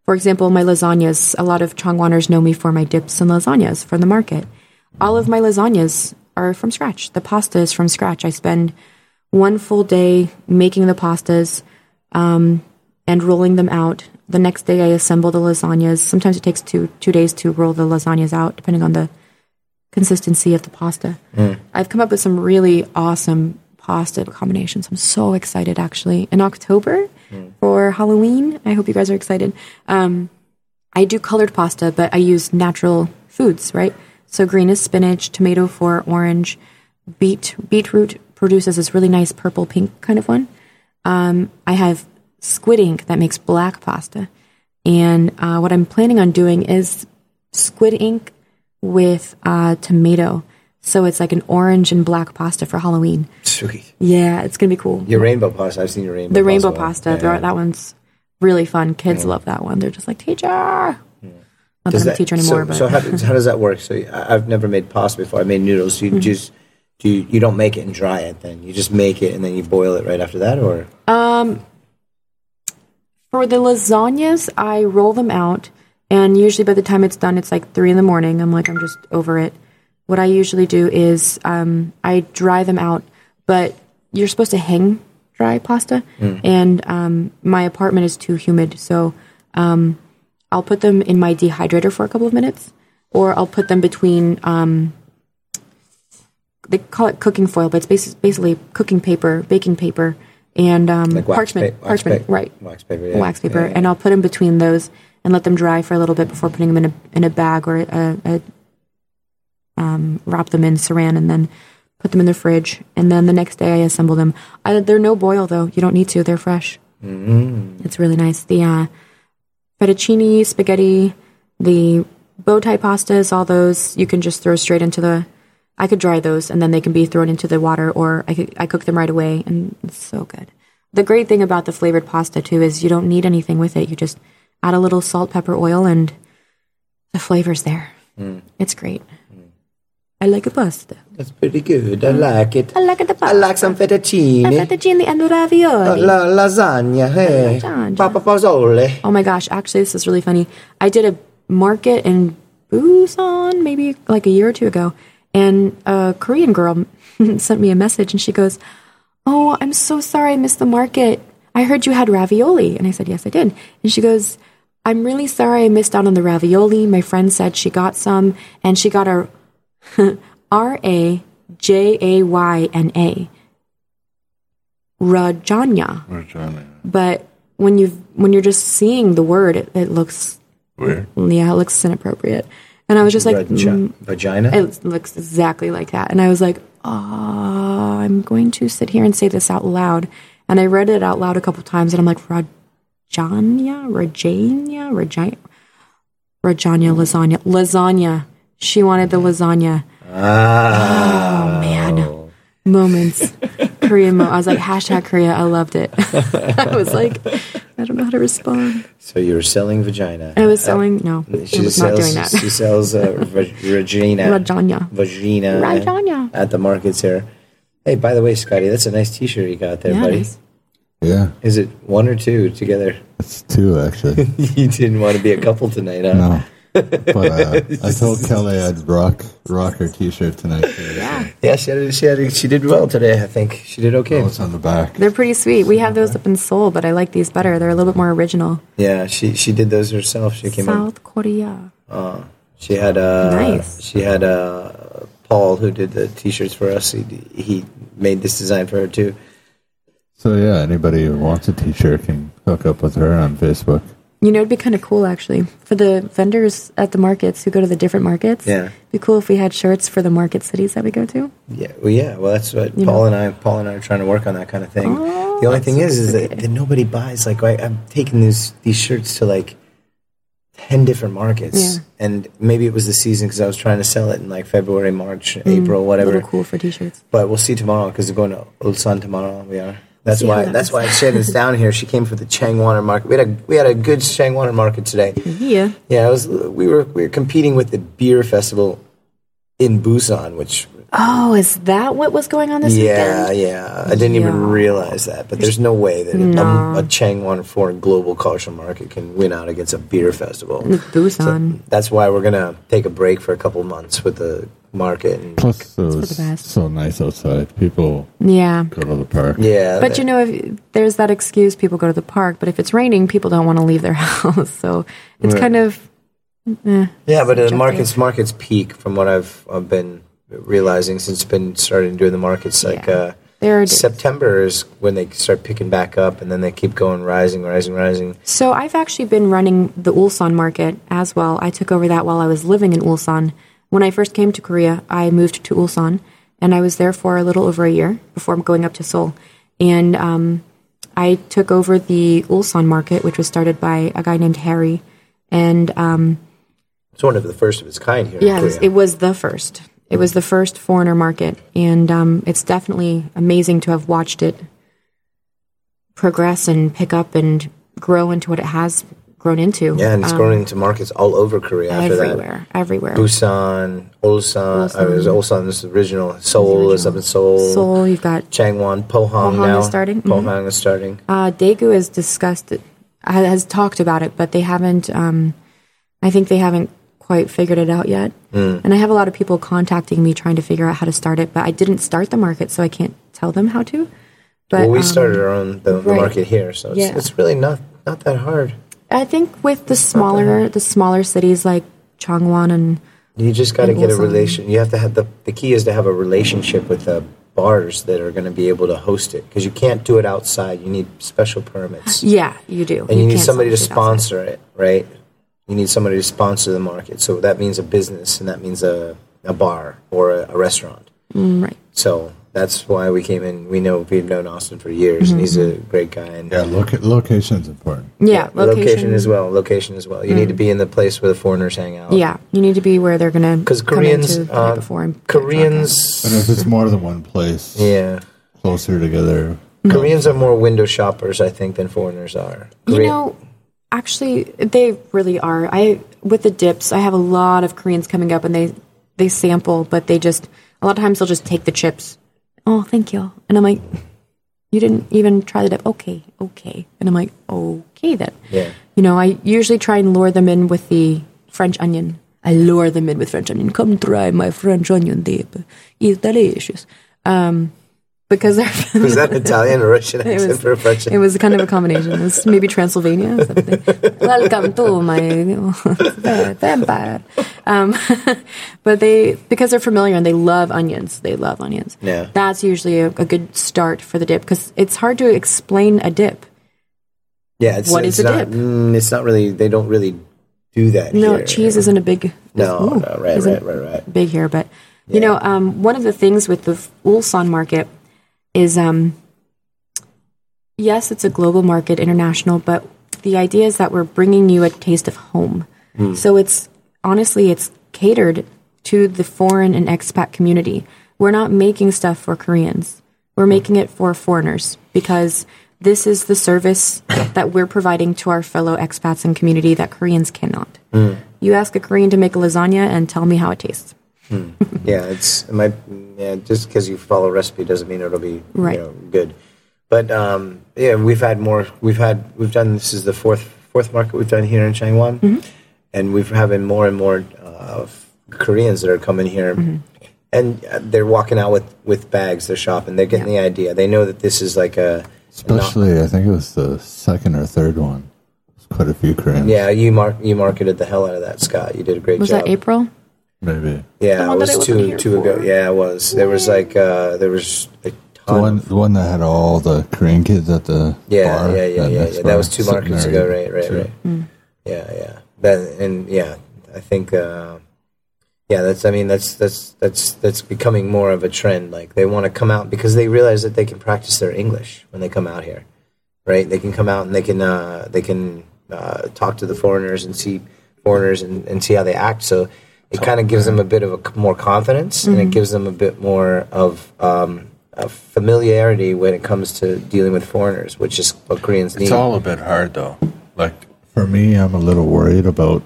S2: for example, my lasagnas, a lot of Changwoners know me for my dips and lasagnas from the market. All of my lasagnas are from scratch. The pasta is from scratch. I spend one full day making the pastas um, and rolling them out. The next day, I assemble the lasagnas. Sometimes it takes two two days to roll the lasagnas out, depending on the consistency of the pasta. I've come up with some really awesome pasta combinations. I'm so excited actually. In October for Halloween, I hope you guys are excited. Um, I do colored pasta, but I use natural foods, right? So green is spinach, tomato for orange, beet beetroot produces this really nice purple pink kind of one. Um, I have squid ink that makes black pasta, and uh, what I'm planning on doing is squid ink with uh, tomato. So it's like an orange and black pasta for Halloween.
S3: Sweet.
S2: Yeah, it's gonna be cool.
S3: Your rainbow pasta. I've seen your rainbow
S2: the
S3: pasta.
S2: rainbow
S3: one.
S2: pasta,
S3: Yeah.
S2: that- that one's really fun. Kids love that one. They're just like teacher. Not that
S3: Does
S2: I'm a
S3: that-
S2: teacher
S3: so-
S2: anymore, but
S3: So, how, does- how does that work? So I- I've never made pasta before. I made noodles.
S2: Mm-hmm.
S3: You just do. You, you don't make it and dry it. Then you just make it and then you boil it right after that, or
S2: For the lasagnas, I roll them out, and usually by the time it's done, it's like three in the morning. I'm like, I'm just over it. What I usually do is um, I dry them out, but you're supposed to hang dry pasta,
S3: Mm.
S2: and um, my apartment is too humid, so um, I'll put them in my dehydrator for a couple of minutes, or I'll put them between. Um, they call it cooking foil, but it's basi- basically cooking paper, baking paper, and um,
S3: like wax
S2: parchment.
S3: pa- wax
S2: parchment,
S3: pa-
S2: right?
S3: Wax paper. Yeah.
S2: wax paper,
S3: Yeah.
S2: and I'll put them between those and let them dry for a little bit before putting them in a in a bag or a, a um, wrap them in Saran and then put them in the fridge. And then the next day I assemble them. I, they're no boil though; you don't need to. They're fresh.
S3: Mm-hmm.
S2: Mm. It's really nice. The uh, fettuccine spaghetti, the bow tie pastas, all those you can just throw straight into the. I could dry those and then they can be thrown into the water, or I could, I cook them right away, and it's so good. The great thing about the flavored pasta too is you don't need anything with it. You just add a little salt, pepper, oil, and the flavor's there.
S3: Hmm.
S2: It's great. I like a pasta.
S3: That's pretty good. I like it.
S2: I like the
S3: I
S2: pasta.
S3: like some
S2: I
S3: fettuccine.
S2: got the genie and the ravioli.
S3: La- lasagna, hey,
S2: Lasagna.
S3: papa pozzole.
S2: Oh my gosh, actually, this is really funny. I did a market in Busan maybe like a year or two ago, and a Korean girl (laughs) sent me a message and she goes, Oh, I'm so sorry I missed the market. I heard you had ravioli. And I said, Yes, I did. And she goes, I'm really sorry I missed out on the ravioli. My friend said she got some and she got a (laughs) R A J A Y N A. Rajanya
S5: Or Johnny.
S2: but when you when you're just seeing the word, it, it looks
S5: Weird.
S2: yeah, it looks inappropriate. And I was just like,
S3: Vagi-
S2: mm,
S3: vagina.
S2: it looks exactly like that. And I was like, ah, I'm going to sit here and say this out loud. And I read it out loud a couple times, and I'm like, Rod, Rajania, Rajania, Rajania, Rajania lasagna, lasagna. She wanted the lasagna. Oh man,
S3: (laughs)
S2: moments. Korean mo. I was like hashtag Korea. I loved it. (laughs) I was like, I don't know how to respond.
S3: So you were selling vagina.
S2: I was selling. No, I
S3: Uh, She
S2: was not
S3: sells.
S2: doing that.
S3: She
S2: (laughs)
S3: sells uh, Reg- Regina.
S2: Rajanya.
S3: Vagina.
S2: Rajanya.
S3: At the markets here. Hey, by the way, Scotty, that's a nice T-shirt you got there,
S2: Yeah,
S3: buddy.
S2: it is.
S5: Yeah,
S3: Is it one or two together? (laughs)
S5: it's two actually.
S3: you didn't want to be a couple tonight, huh?
S5: No.
S3: (laughs)
S5: But uh, I told Kelly I'd rock rock her T-shirt
S2: (laughs)
S5: tonight. Yeah,
S3: Yeah, she had, she had, she did well today. I think she did okay.
S5: it's on the back.
S2: They're pretty sweet. We have those up in Seoul, but I like these better. They're a little bit more original.
S3: Yeah, she she did those herself. She came up.
S2: South Korea.
S3: She had uh
S2: Nice.
S3: she had uh Paul who did the t-shirts for us. He he made this design for her too.
S5: So yeah, anybody who wants a T-shirt can hook up with her on Facebook.
S2: You know, it'd be kind of cool actually for the vendors at the markets who go to the different markets.
S3: Yeah.
S2: it'd be cool if we had shirts for the market cities that we go to.
S3: Yeah, well, yeah, well, that's what Paul and I, Paul and I are trying to work on that kind of thing.
S2: Oh,
S3: the only thing is, is that,
S2: okay.
S3: that nobody buys. Like, I, I've taken these these shirts to like ten different markets,
S2: Yeah.
S3: and maybe it was the season because I was trying to sell it in like February, March, April,
S2: A
S3: whatever.
S2: little Mm, cool for t-shirts.
S3: But we'll see tomorrow because we're going to Ulsan tomorrow. We are. That's
S2: see how
S3: why.
S2: that
S3: That's
S2: goes.
S3: why I said it's down here. She came for the Changwon market. We had a we had a good Changwon market today.
S2: Yeah,
S3: Yeah, it was, we were we were competing with the beer festival in Busan, which
S2: Oh, is that what was going on this
S3: yeah,
S2: weekend?
S3: yeah. I didn't even
S2: Yeah.
S3: realize that. But there's no way that a, a Changwon foreign global culture market can win out against a beer festival.
S2: Mm-hmm. Busan.
S3: That's why we're gonna take a break for a couple months with the market. And,
S5: Plus, it
S2: the
S5: was
S2: best.
S5: so nice outside. People
S2: yeah.
S5: go to the park.
S3: yeah,
S2: But you know, if there's that excuse, people go to the park. But if it's raining, people don't want to leave their (laughs) house. So it's kind of
S3: yeah. But the
S2: subjective.
S3: markets markets peak from what I've I've been realizing since been starting doing the markets like.
S2: Yeah.
S3: Uh,
S2: there. it is.
S3: September is when they start picking back up, and then they keep going rising, rising, rising.
S2: So I've actually been running the Ulsan market as well. I took over that while I was living in Ulsan. When I first came to Korea, I moved to Ulsan, and I was there for a little over a year before going up to Seoul. And um, I took over the Ulsan market, which was started by a guy named Harry. And um,
S3: It's one of the first of its kind here.
S2: yeah,
S3: in
S2: it was,
S3: Korea.
S2: it was the first. It was the first foreigner market, and um, it's definitely amazing to have watched it progress and pick up and grow into what it has grown into.
S3: Yeah, and it's
S2: Um,
S3: grown into markets all over Korea after that.
S2: everywhere, everywhere.
S3: Busan, Ulsan, I was Ulsan's original. Seoul is up in Seoul.
S2: Seoul, you've got
S3: Changwon, Pohang,
S2: Pohang
S3: now.
S2: is starting, mhm.
S3: Pohang is starting.
S2: uh, Daegu has discussed it, ha- has talked about it, but they haven't. Um, I think they haven't quite figured it out yet.
S3: Hmm.
S2: And I have a lot of people contacting me trying to figure out how to start it, but I didn't start the market, so I can't tell them how to. But
S3: well, we
S2: um,
S3: started our own the, the
S2: right.
S3: market here, so it's,
S2: Yeah.
S3: it's really not not that hard.
S2: I think with the smaller the smaller cities like Changwon and
S3: You just got to
S2: And
S3: get a
S2: Ulsan.
S3: relation. You have to have the the key is to have a relationship with the bars that are going to be able to host it because you can't do it outside. You need special permits.
S2: yeah, you do.
S3: and you, need
S2: can't
S3: somebody to
S2: sell shit outside.
S3: sponsor it, right? You need somebody to sponsor the market. So that means a business, and that means a, a bar or a, a restaurant.
S2: Mm, right?
S3: So that's why we came in. We know we've known Austin for years, and he's a
S2: Mm-hmm.
S3: great guy. And
S5: Yeah, loca- location's important.
S2: Yeah,
S3: location. as well. Location as well. You need to be in the place where the foreigners hang out.
S2: Yeah, you need to be where they're gonna
S3: because
S2: come
S3: Koreans,
S2: into the night
S3: uh,
S2: before and
S5: But
S3: Koreans,
S5: if it's more than one place,
S3: yeah,
S2: Mm-hmm.
S5: closer together,
S3: Koreans are more window shoppers, I think, than foreigners are.
S2: You
S3: (laughs) Korea-
S2: know, actually, they really are. I with the dips, I have a lot of Koreans coming up, and they they sample, but they just a lot of times they'll just take the chips. Oh, thank you. And I'm like, you didn't even try the dip. Okay, okay. And I'm like, okay then.
S3: Yeah.
S2: You know, I usually try and lure them in with the French onion. I lure them in with French onion. Come try my French onion dip. It's delicious. Um, because they're
S3: was that Italian or Russian accent for a French?
S2: it was kind of a combination. It was maybe Transylvania or something.
S3: (laughs)
S2: Welcome to my (laughs) vampire. Um, (laughs) but they, because they're familiar and they love onions, they love onions.
S3: Yeah.
S2: That's usually a, a good start for the dip because it's hard to explain a dip.
S3: yeah, it's,
S2: What
S3: it's
S2: is a
S3: not,
S2: dip?
S3: Mm, it's not really. They don't really do that.
S2: No,
S3: here.
S2: cheese Mm, isn't a big.
S3: (laughs) No,
S2: ooh,
S3: no, right,
S2: isn't
S3: right, right, right.
S2: Big here, but you know, um, one of the things with the Ulsan market is, um, yes, it's a global market, international, but the idea is that we're bringing you a taste of home. So it's honestly, it's catered to the foreign and expat community. We're not making stuff for Koreans. We're making it for foreigners because this is the service that we're providing to our fellow expats and community that Koreans cannot. You ask a Korean to make a lasagna and tell me how it tastes.
S3: Yeah, it's it might yeah, just because you follow a recipe doesn't mean it'll be
S2: Right.
S3: you know, good. But um, yeah, we've had more. We've had we've done this is the fourth fourth market we've done here in Changwon,
S2: Mm-hmm.
S3: and we've having more and more uh, of Koreans that are coming here,
S2: Mm-hmm.
S3: and uh, they're walking out with with bags. They're shopping. They're getting the idea. They know that this is like a
S5: Especially, I think it was the second or third one. There's quite a few Koreans.
S3: yeah. You mark you marketed the hell out of that, Scott. You did a great
S2: Was
S3: job.
S2: that April?
S5: Maybe.
S3: Yeah, it
S6: one that I
S3: was
S6: wasn't
S3: two
S6: here
S3: two ago.
S6: for.
S3: Yeah, it was. There was like uh, there was a
S5: The
S3: ton.
S5: one, the one that had all the Korean kids at the
S3: Yeah,
S5: bar.
S3: yeah, yeah,
S5: that
S3: yeah,
S5: next
S3: yeah. That
S5: bar,
S3: was two
S5: sitting
S3: markets
S5: there
S3: ago,
S5: eating
S3: right, right,
S5: too.
S3: right.
S6: Hmm.
S3: Yeah, yeah. That and yeah, I think uh, yeah, that's I mean that's that's that's that's becoming more of a trend. Like they want to come out because they realize that they can practice their English when they come out here. Right? They can come out and they can uh, they can uh, talk to the foreigners and see foreigners and, and see how they act. So it kind of gives them a bit of a c- more confidence and it gives them a bit more of um, a familiarity when it comes to dealing with foreigners, which is what Koreans need.
S5: It's all a bit hard though. Like for me, I'm a little worried about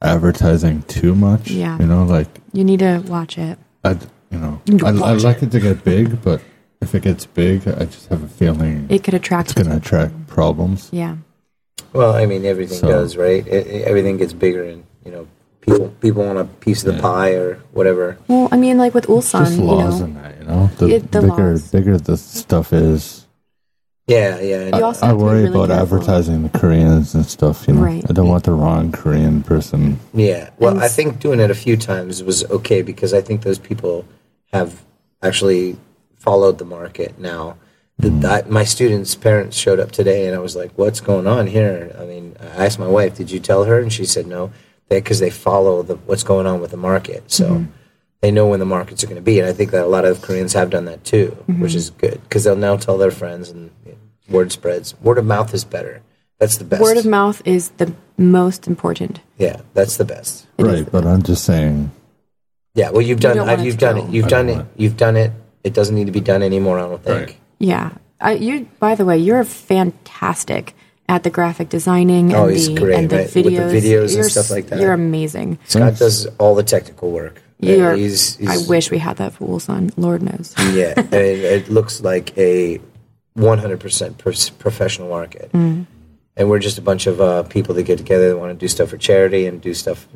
S5: advertising too much.
S2: Yeah.
S5: you know, like
S2: You need to watch it.
S5: I, you know, I, I like it to get big, but if it gets big, I just have a feeling
S2: It could attract.
S5: it's going to attract problems.
S2: Yeah.
S3: Well, I mean, everything
S5: So-
S3: does, right? It, it- everything gets bigger, and you know, people people want a piece of the pie or whatever.
S2: Well, I mean, like with Ulsan,
S5: Just
S2: Um, you
S5: laws
S2: know,
S5: in that, you know. The,
S2: It- the
S5: bigger,
S2: laws.
S5: bigger the stuff is.
S3: Yeah, yeah. and-
S2: You also
S5: I
S2: have to be
S5: worry
S2: really
S5: about
S2: careful.
S5: advertising the Koreans and stuff. You know,
S2: Right.
S5: I don't want the wrong Korean person.
S3: Yeah. Well, I think doing it a few times was okay because I think those people have actually followed the market now. The,
S2: Mm.
S3: I, my students' parents showed up today, and I was like, "What's going on here?" I mean, I asked my wife, "Did you tell her?" And she said, "No," because they, follow the, what's going on with the market, so
S2: Mm-hmm.
S3: they know when the markets are going to be. And I think that a lot of Koreans have done that too,
S2: Mm-hmm.
S3: which is good because they'll now tell their friends, and you know, word spreads. Word of mouth is better. That's the best.
S2: word of mouth is the most important.
S3: yeah, that's the best.
S2: It is
S5: right, but I'm just saying.
S3: Yeah, well, you've done
S2: don't
S3: uh,
S2: want it
S3: you've
S2: to
S3: done
S2: go.
S3: it. You've
S5: I
S3: done
S5: don't
S3: it.
S5: want
S3: You've done it. It doesn't need to be done anymore. I don't think.
S5: Right.
S2: Yeah. I, you, by the way, you're fantastic at the graphic designing
S3: Oh,
S2: and,
S3: he's
S2: the,
S3: great,
S2: and the
S3: right? With the
S2: videos.
S3: videos and
S2: You're
S3: stuff
S2: s-
S3: like that.
S2: You're amazing.
S3: Scott does all the technical work.
S2: You're,
S3: Uh, he's, he's,
S2: I wish we had that for Ulsan. Lord knows.
S3: Yeah, and it looks like a 100% pers- professional market,
S2: Mm.
S3: and we're just a bunch of uh, people that get together that want to do stuff for charity and do stuff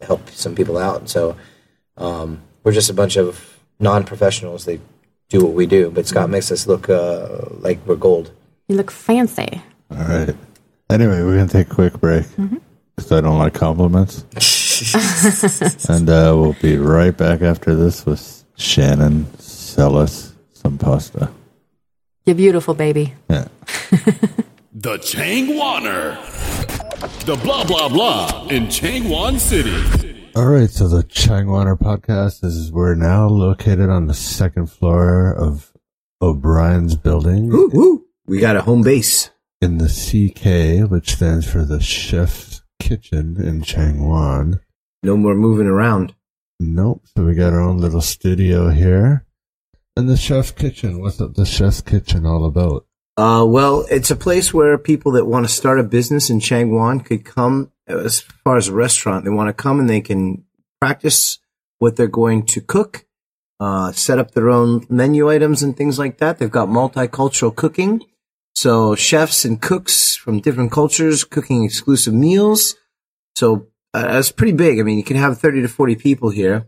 S3: help some people out. And so um, we're just a bunch of non-professionals that do what we do. But Scott makes us look uh, like we're gold.
S2: You look fancy.
S5: All right. Anyway, we're gonna take a quick break because
S2: Mm-hmm.
S5: I don't like
S2: (laughs)
S5: compliments, and uh, we'll be right back after this with Shannon. Sell us some pasta.
S2: You're beautiful, baby.
S5: Yeah.
S1: The Changwaner. The blah blah blah in Changwon City.
S5: All right, so the Changwaner podcast is we're now located on the second floor of O'Brien's building
S9: We got a home base.
S5: in the CK, which stands for the Chef's Kitchen in Changwon.
S9: No more moving around.
S5: Nope. So we got our own little studio here. And the chef kitchen. What's the, the chef's kitchen all about?
S9: Uh, well, it's a place where people that want to start a business in Changwon could come. As far as a restaurant, they want to come and they can practice what they're going to cook, uh, set up their own menu items and things like that. They've got multicultural cooking, so chefs and cooks from different cultures cooking exclusive meals. So uh, it's pretty big. I mean, you can have thirty to forty people here.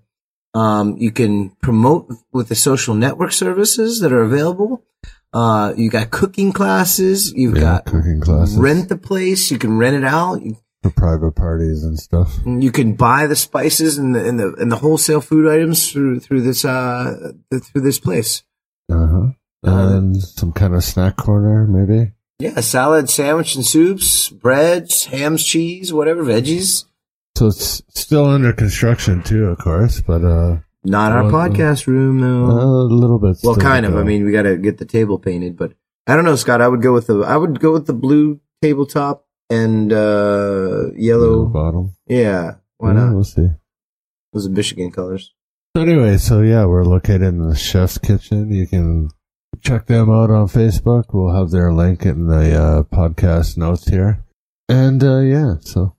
S9: Um, you can promote with the social network services that are available. Uh, you got cooking classes. You've
S5: Yeah,
S9: got
S5: cooking classes.
S9: Rent the place. You can rent it out. You,
S5: For private parties and stuff.
S9: you can buy the spices and the and the and the wholesale food items through through this uh th- through this place.
S5: Uh huh. And some kind of snack corner, maybe.
S9: Yeah, salad, sandwich, and soups, breads, hams, cheese, whatever veggies.
S5: So it's still under construction too, of course, but uh,
S9: Not our
S5: Well, uh,
S9: podcast room
S5: a
S9: though.
S5: little bit.
S9: Well,
S5: still to
S9: kind of.
S5: go.
S9: I mean, we got to get the table painted, but I don't know, Scott. I would go with the I would go with the blue
S3: tabletop and uh, yellow
S5: bottom.
S3: Yeah, why
S5: Yeah,
S3: not?
S5: We'll see.
S3: Those are Michigan colors.
S5: So anyway, so yeah, we're located in the chef's kitchen. You can check them out on Facebook. We'll have their link in the uh, podcast notes here. And uh, yeah, so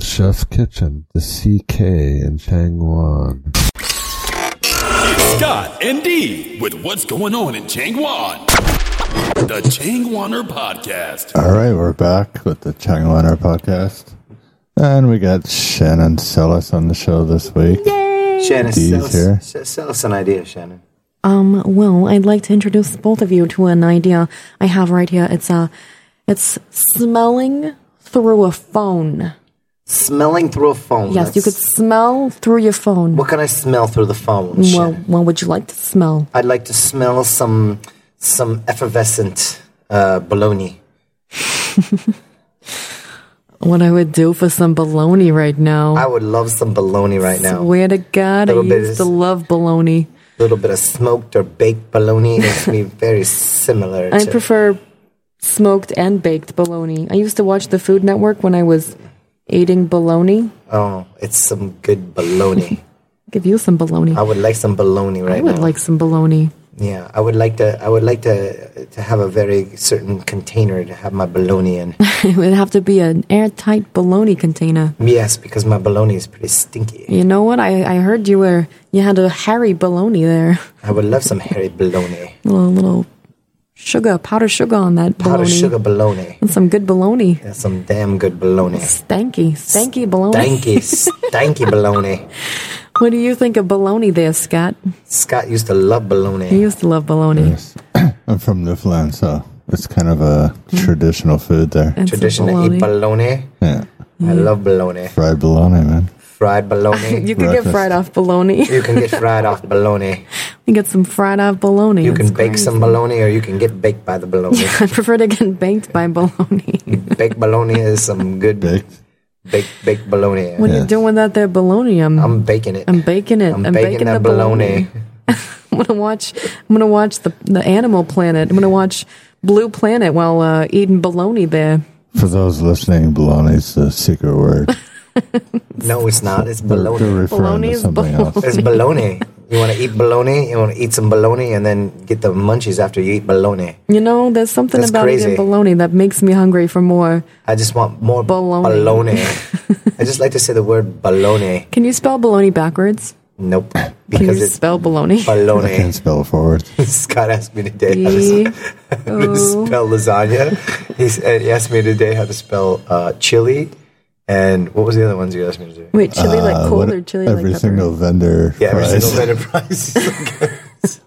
S5: chef's kitchen, the CK in Changwon.
S1: Scott and Dee with What's Going On in Changwon. The Changwaner Podcast.
S5: All right, we're back with the Changwon our podcast, and we got Shannon Sellis on the show this week.
S3: Shannon,
S5: Dee's
S3: sell us,
S5: here.
S3: s- sell us an idea, Shannon.
S4: Um, well, I'd like to introduce both of you to an idea I have right here. It's uh, it's smelling through a phone.
S3: Smelling through a phone.
S4: yes, you could
S3: Oh, that's-
S4: smell through your phone.
S3: What can I smell through the phone?
S4: well,
S3: Shannon?
S4: what would you like to smell?
S3: I'd like to smell some some effervescent uh, bologna.
S4: What I would do for some bologna right now.
S3: I would love some bologna right now.
S4: Swear to God, I
S3: Little bit
S4: used
S3: is-
S4: to love bologna.
S3: A little bit of smoked or baked bologna makes
S4: (laughs)
S3: me very similar.
S4: I
S3: to,
S4: prefer smoked and baked bologna. I used to watch the Food Network when I was eating bologna.
S3: Oh, it's some good
S4: (laughs)
S3: bologna.
S4: Give you some bologna.
S3: I would like some bologna right
S4: I would
S3: now.
S4: like some bologna. (laughs)
S3: yeah, I would like to. I would like to to have a very certain container to have my bologna
S4: (laughs)
S3: in.
S4: it would have to be an airtight bologna container.
S3: yes, because my bologna is pretty stinky.
S4: You know what? I, I heard you were you had a hairy bologna there. (laughs)
S3: I would love some hairy bologna,
S4: little, little sugar, powder sugar on that
S3: powdered
S4: bologna.
S3: sugar bologna,
S4: And some good bologna.
S3: and some damn good bologna.
S4: Stanky, stanky bologna.
S3: Stanky, stanky bologna.
S4: What do you think of bologna there, Scott?
S3: Scott used to love
S4: You
S3: bologna.
S4: used to love bologna.
S3: Mm.
S5: I'm from Newfoundland, so it's kind of a traditional food there.
S4: And some
S3: Tradition to eat bologna.
S5: Yeah,
S3: I love bologna.
S5: fried bologna, man.
S3: Fried bologna.
S4: Mm-hmm. (laughs) You could get
S5: Breakfast.
S4: fried off bologna.
S3: You can get fried off bologna.
S4: (laughs) You get some fried off bologna.
S3: You can
S4: It's
S3: bake
S4: crazy.
S3: some bologna or you can get baked by the bologna.
S4: (laughs) I prefer to get baked by bologna.
S3: (laughs) baked bologna is some good
S5: Baked.
S3: baked baked bologna.
S4: What are you
S5: Yes.
S4: doing with that there bologna? I'm, I'm,
S3: I'm baking it.
S4: baking it.
S3: I'm baking
S4: the
S3: that bologna.
S4: (laughs) I'm gonna watch. I'm gonna watch the the Animal Planet. I'm gonna watch Blue Planet while uh, eating bologna there.
S5: For those listening, bologna's the
S4: (laughs)
S5: secret word.
S3: No, it's not. It's
S5: They're, (laughs) they're
S3: bologna.
S5: referring to
S4: Bologna's
S5: something
S4: bologna.
S5: else.
S3: It's bologna. You want to eat bologna? You want to eat some bologna and then get the munchies after you eat bologna.
S4: You know, there's something
S3: That's
S4: about
S3: crazy.
S4: eating bologna that makes me hungry for more.
S3: I just want more
S4: Bologna.
S3: bologna.
S4: (laughs)
S3: I just like to say the word bologna.
S4: Can you spell bologna backwards?
S3: Nope.
S4: Can
S3: Because
S4: you
S3: it's
S4: spell bologna? (laughs)
S5: I can't
S3: bologna.
S5: spell it forward.
S3: (laughs) Scott asked me today how to
S4: B-
S3: spell, (laughs) how to
S4: Oh.
S3: spell lasagna. He's, and he asked me today how to spell uh, chili. And what was the other ones you asked me to do?
S4: Wait, chili like
S5: Uh,
S4: cold
S5: what-
S4: or chili like
S5: every
S4: pepper?
S5: single vendor.
S3: Yeah, every
S5: price.
S3: single
S5: (laughs)
S3: letter price. He's like, (laughs)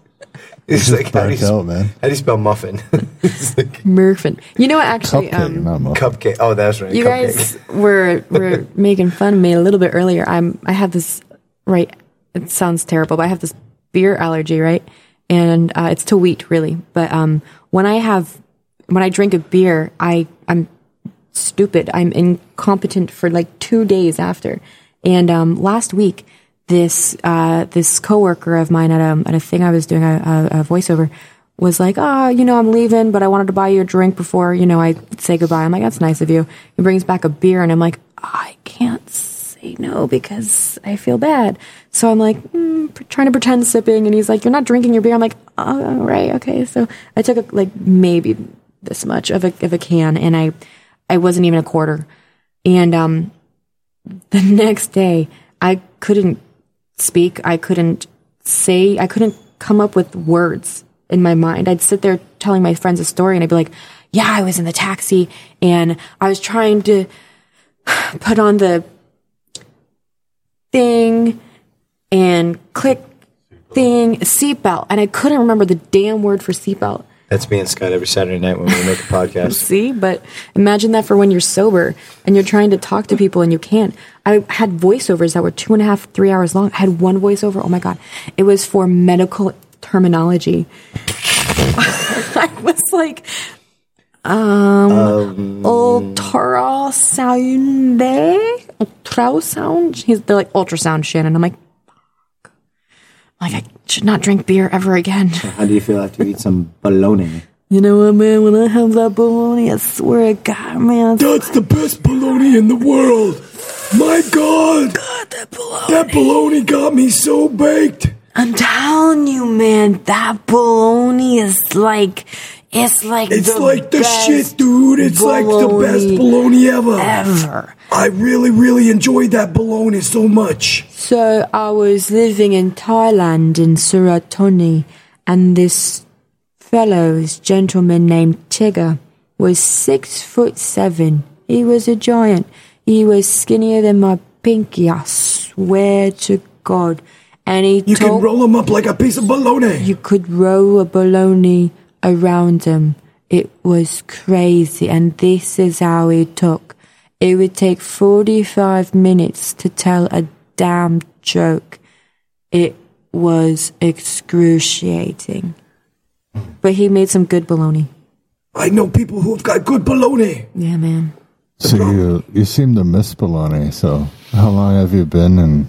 S3: he's like how, do you,
S5: Burnt out,
S3: sp-
S5: man.
S3: how do you spell muffin? (laughs) It's like,
S4: Murfin. You know what? Actually,
S5: Cupcake,
S4: um, (laughs)
S5: not muffin.
S3: cupcake. Oh, that's right.
S4: you
S3: cupcake.
S4: guys were
S3: (laughs)
S4: were making fun of me a little bit earlier. I'm I have this right. It sounds terrible, but I have this beer allergy, right? And uh, it's to wheat, really. But um, when I have when I drink a beer, I I'm stupid. I'm incompetent for like two days after. And um, last week, this uh, this coworker of mine at a, at a thing I was doing a, a, a voiceover was like, "Oh, you know, I'm leaving, but I wanted to buy you a drink before you know I say goodbye." I'm like, "That's nice of you." He brings back a beer, and I'm like, "I can't say no because I feel bad." So I'm like mm, pr- trying to pretend sipping, and he's like, "You're not drinking your beer." I'm like, "Oh, right, okay." So I took a, like maybe this much of a of a can, and I I wasn't even a quarter. And um, (laughs) the next day, I couldn't speak. I couldn't say. I couldn't come up with words in my mind. I'd sit there telling my friends a story, and I'd be like, "Yeah, I was in the taxi, and I was trying to (sighs) put on the thing, and click thing seatbelt, and I couldn't remember the damn word for seatbelt."
S3: That's me and Scott every Saturday night when we make a (laughs) podcast.
S4: See, but imagine that for when you're sober and you're trying to talk to people and you can't. I had voiceovers that were two and a half, three hours long. I had one voiceover. Oh my God. It was for medical terminology. (laughs) I was like, um, ultrasound, eh? ultrasound. He's, they're like ultrasound, Shannon. I'm like, fuck. like I should not drink beer ever again. (laughs)
S3: How do you feel after you eat some bologna?
S2: You know what, man? When I have that bologna, I swear to God, man.
S6: That's the best bologna in the world. My God.
S4: God, that bologna.
S6: That bologna got me so baked.
S4: I'm telling you, man, that bologna is like, it's like
S6: It's
S4: the
S6: like the
S4: best
S6: shit, dude. It's like the best bologna ever.
S4: Ever.
S6: I really, really enjoyed that bologna so much.
S2: So I was living in Thailand in Suratoni, and this fellow, this gentleman named Tigger, was six foot seven. He was a giant. He was skinnier than my pinky. I swear to God. And he
S6: You can
S2: told-
S6: roll them up like a piece of bologna.
S2: you could row a bologna around him. It was crazy, and this is how it took. It would take 45 minutes to tell a damn joke. It was excruciating. But he made some good bologna.
S6: I know people who've got good bologna.
S2: Yeah, man.
S5: So you you seem to miss bologna. So how long have you been in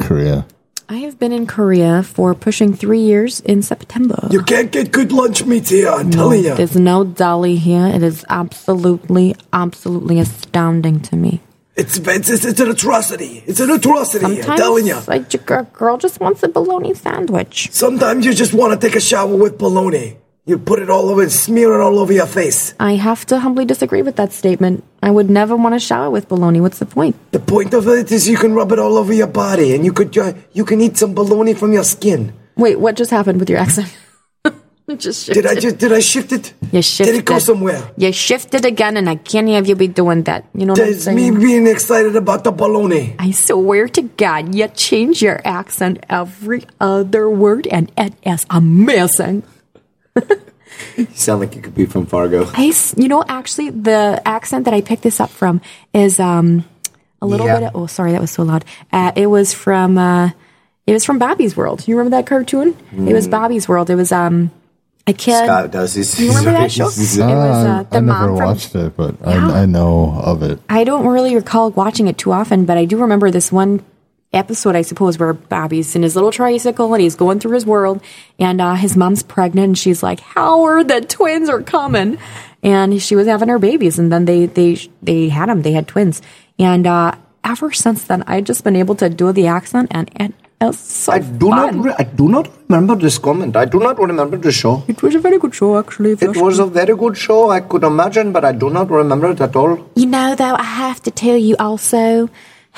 S5: Korea?
S2: I have been in Korea for pushing three years in September.
S6: You can't get good lunch meats here, I'm telling you.
S2: There's no dolly here. It is absolutely, absolutely astounding to me.
S6: It's, it's, it's, it's an atrocity. It's an atrocity, I'm telling you.
S2: Sometimes like your gir- girl just wants a bologna sandwich.
S6: Sometimes you just want to take a shower with bologna. You put it all over and smear it all over your face.
S2: I have to humbly disagree with that statement. I would never want to shower with bologna. What's the point?
S6: The point of it is you can rub it all over your body and you could uh, you can eat some bologna from your skin.
S2: Wait, what just happened with your accent? (laughs) It just shifted.
S6: Did I just did I shift it?
S2: You shifted.
S6: Did it go somewhere?
S2: You shifted again, and I can't have you be doing that. You know what I'm
S6: That's me
S2: saying?
S6: being excited about the bologna.
S2: I swear to God, you change your accent every other word, and it is amazing.
S3: You sound like you could be from Fargo.
S2: I s you know, actually, the accent that I picked this up from is um, a little
S3: Yeah.
S2: bit. oh, sorry, that was so loud. Uh, it was from uh, it was from Bobby's World. You remember that cartoon? It was Bobby's World. It was um, a kid.
S3: Mm. Scott does. (laughs) He's,
S2: You remember that show? It was uh,
S5: I
S2: the
S5: never
S2: mom from.
S5: watched it, but I, I know of it.
S2: I don't really recall watching it too often, but I do remember this one episode, I suppose, where Bobby's in his little tricycle and he's going through his world, and uh, his mom's pregnant, and she's like, "Howard, the twins are coming," and she was having her babies, and then they they they had them, they had twins, and uh, ever since then, I've just been able to do the accent, and it is so
S3: I do
S2: fun.
S3: not. Re- I do not remember this comment. I do not remember the show.
S2: it was a very good show, actually. if you ask
S3: It was
S2: me.
S3: a very good show. I could imagine, but I do not remember it at all.
S2: You know, though, I have to tell you also,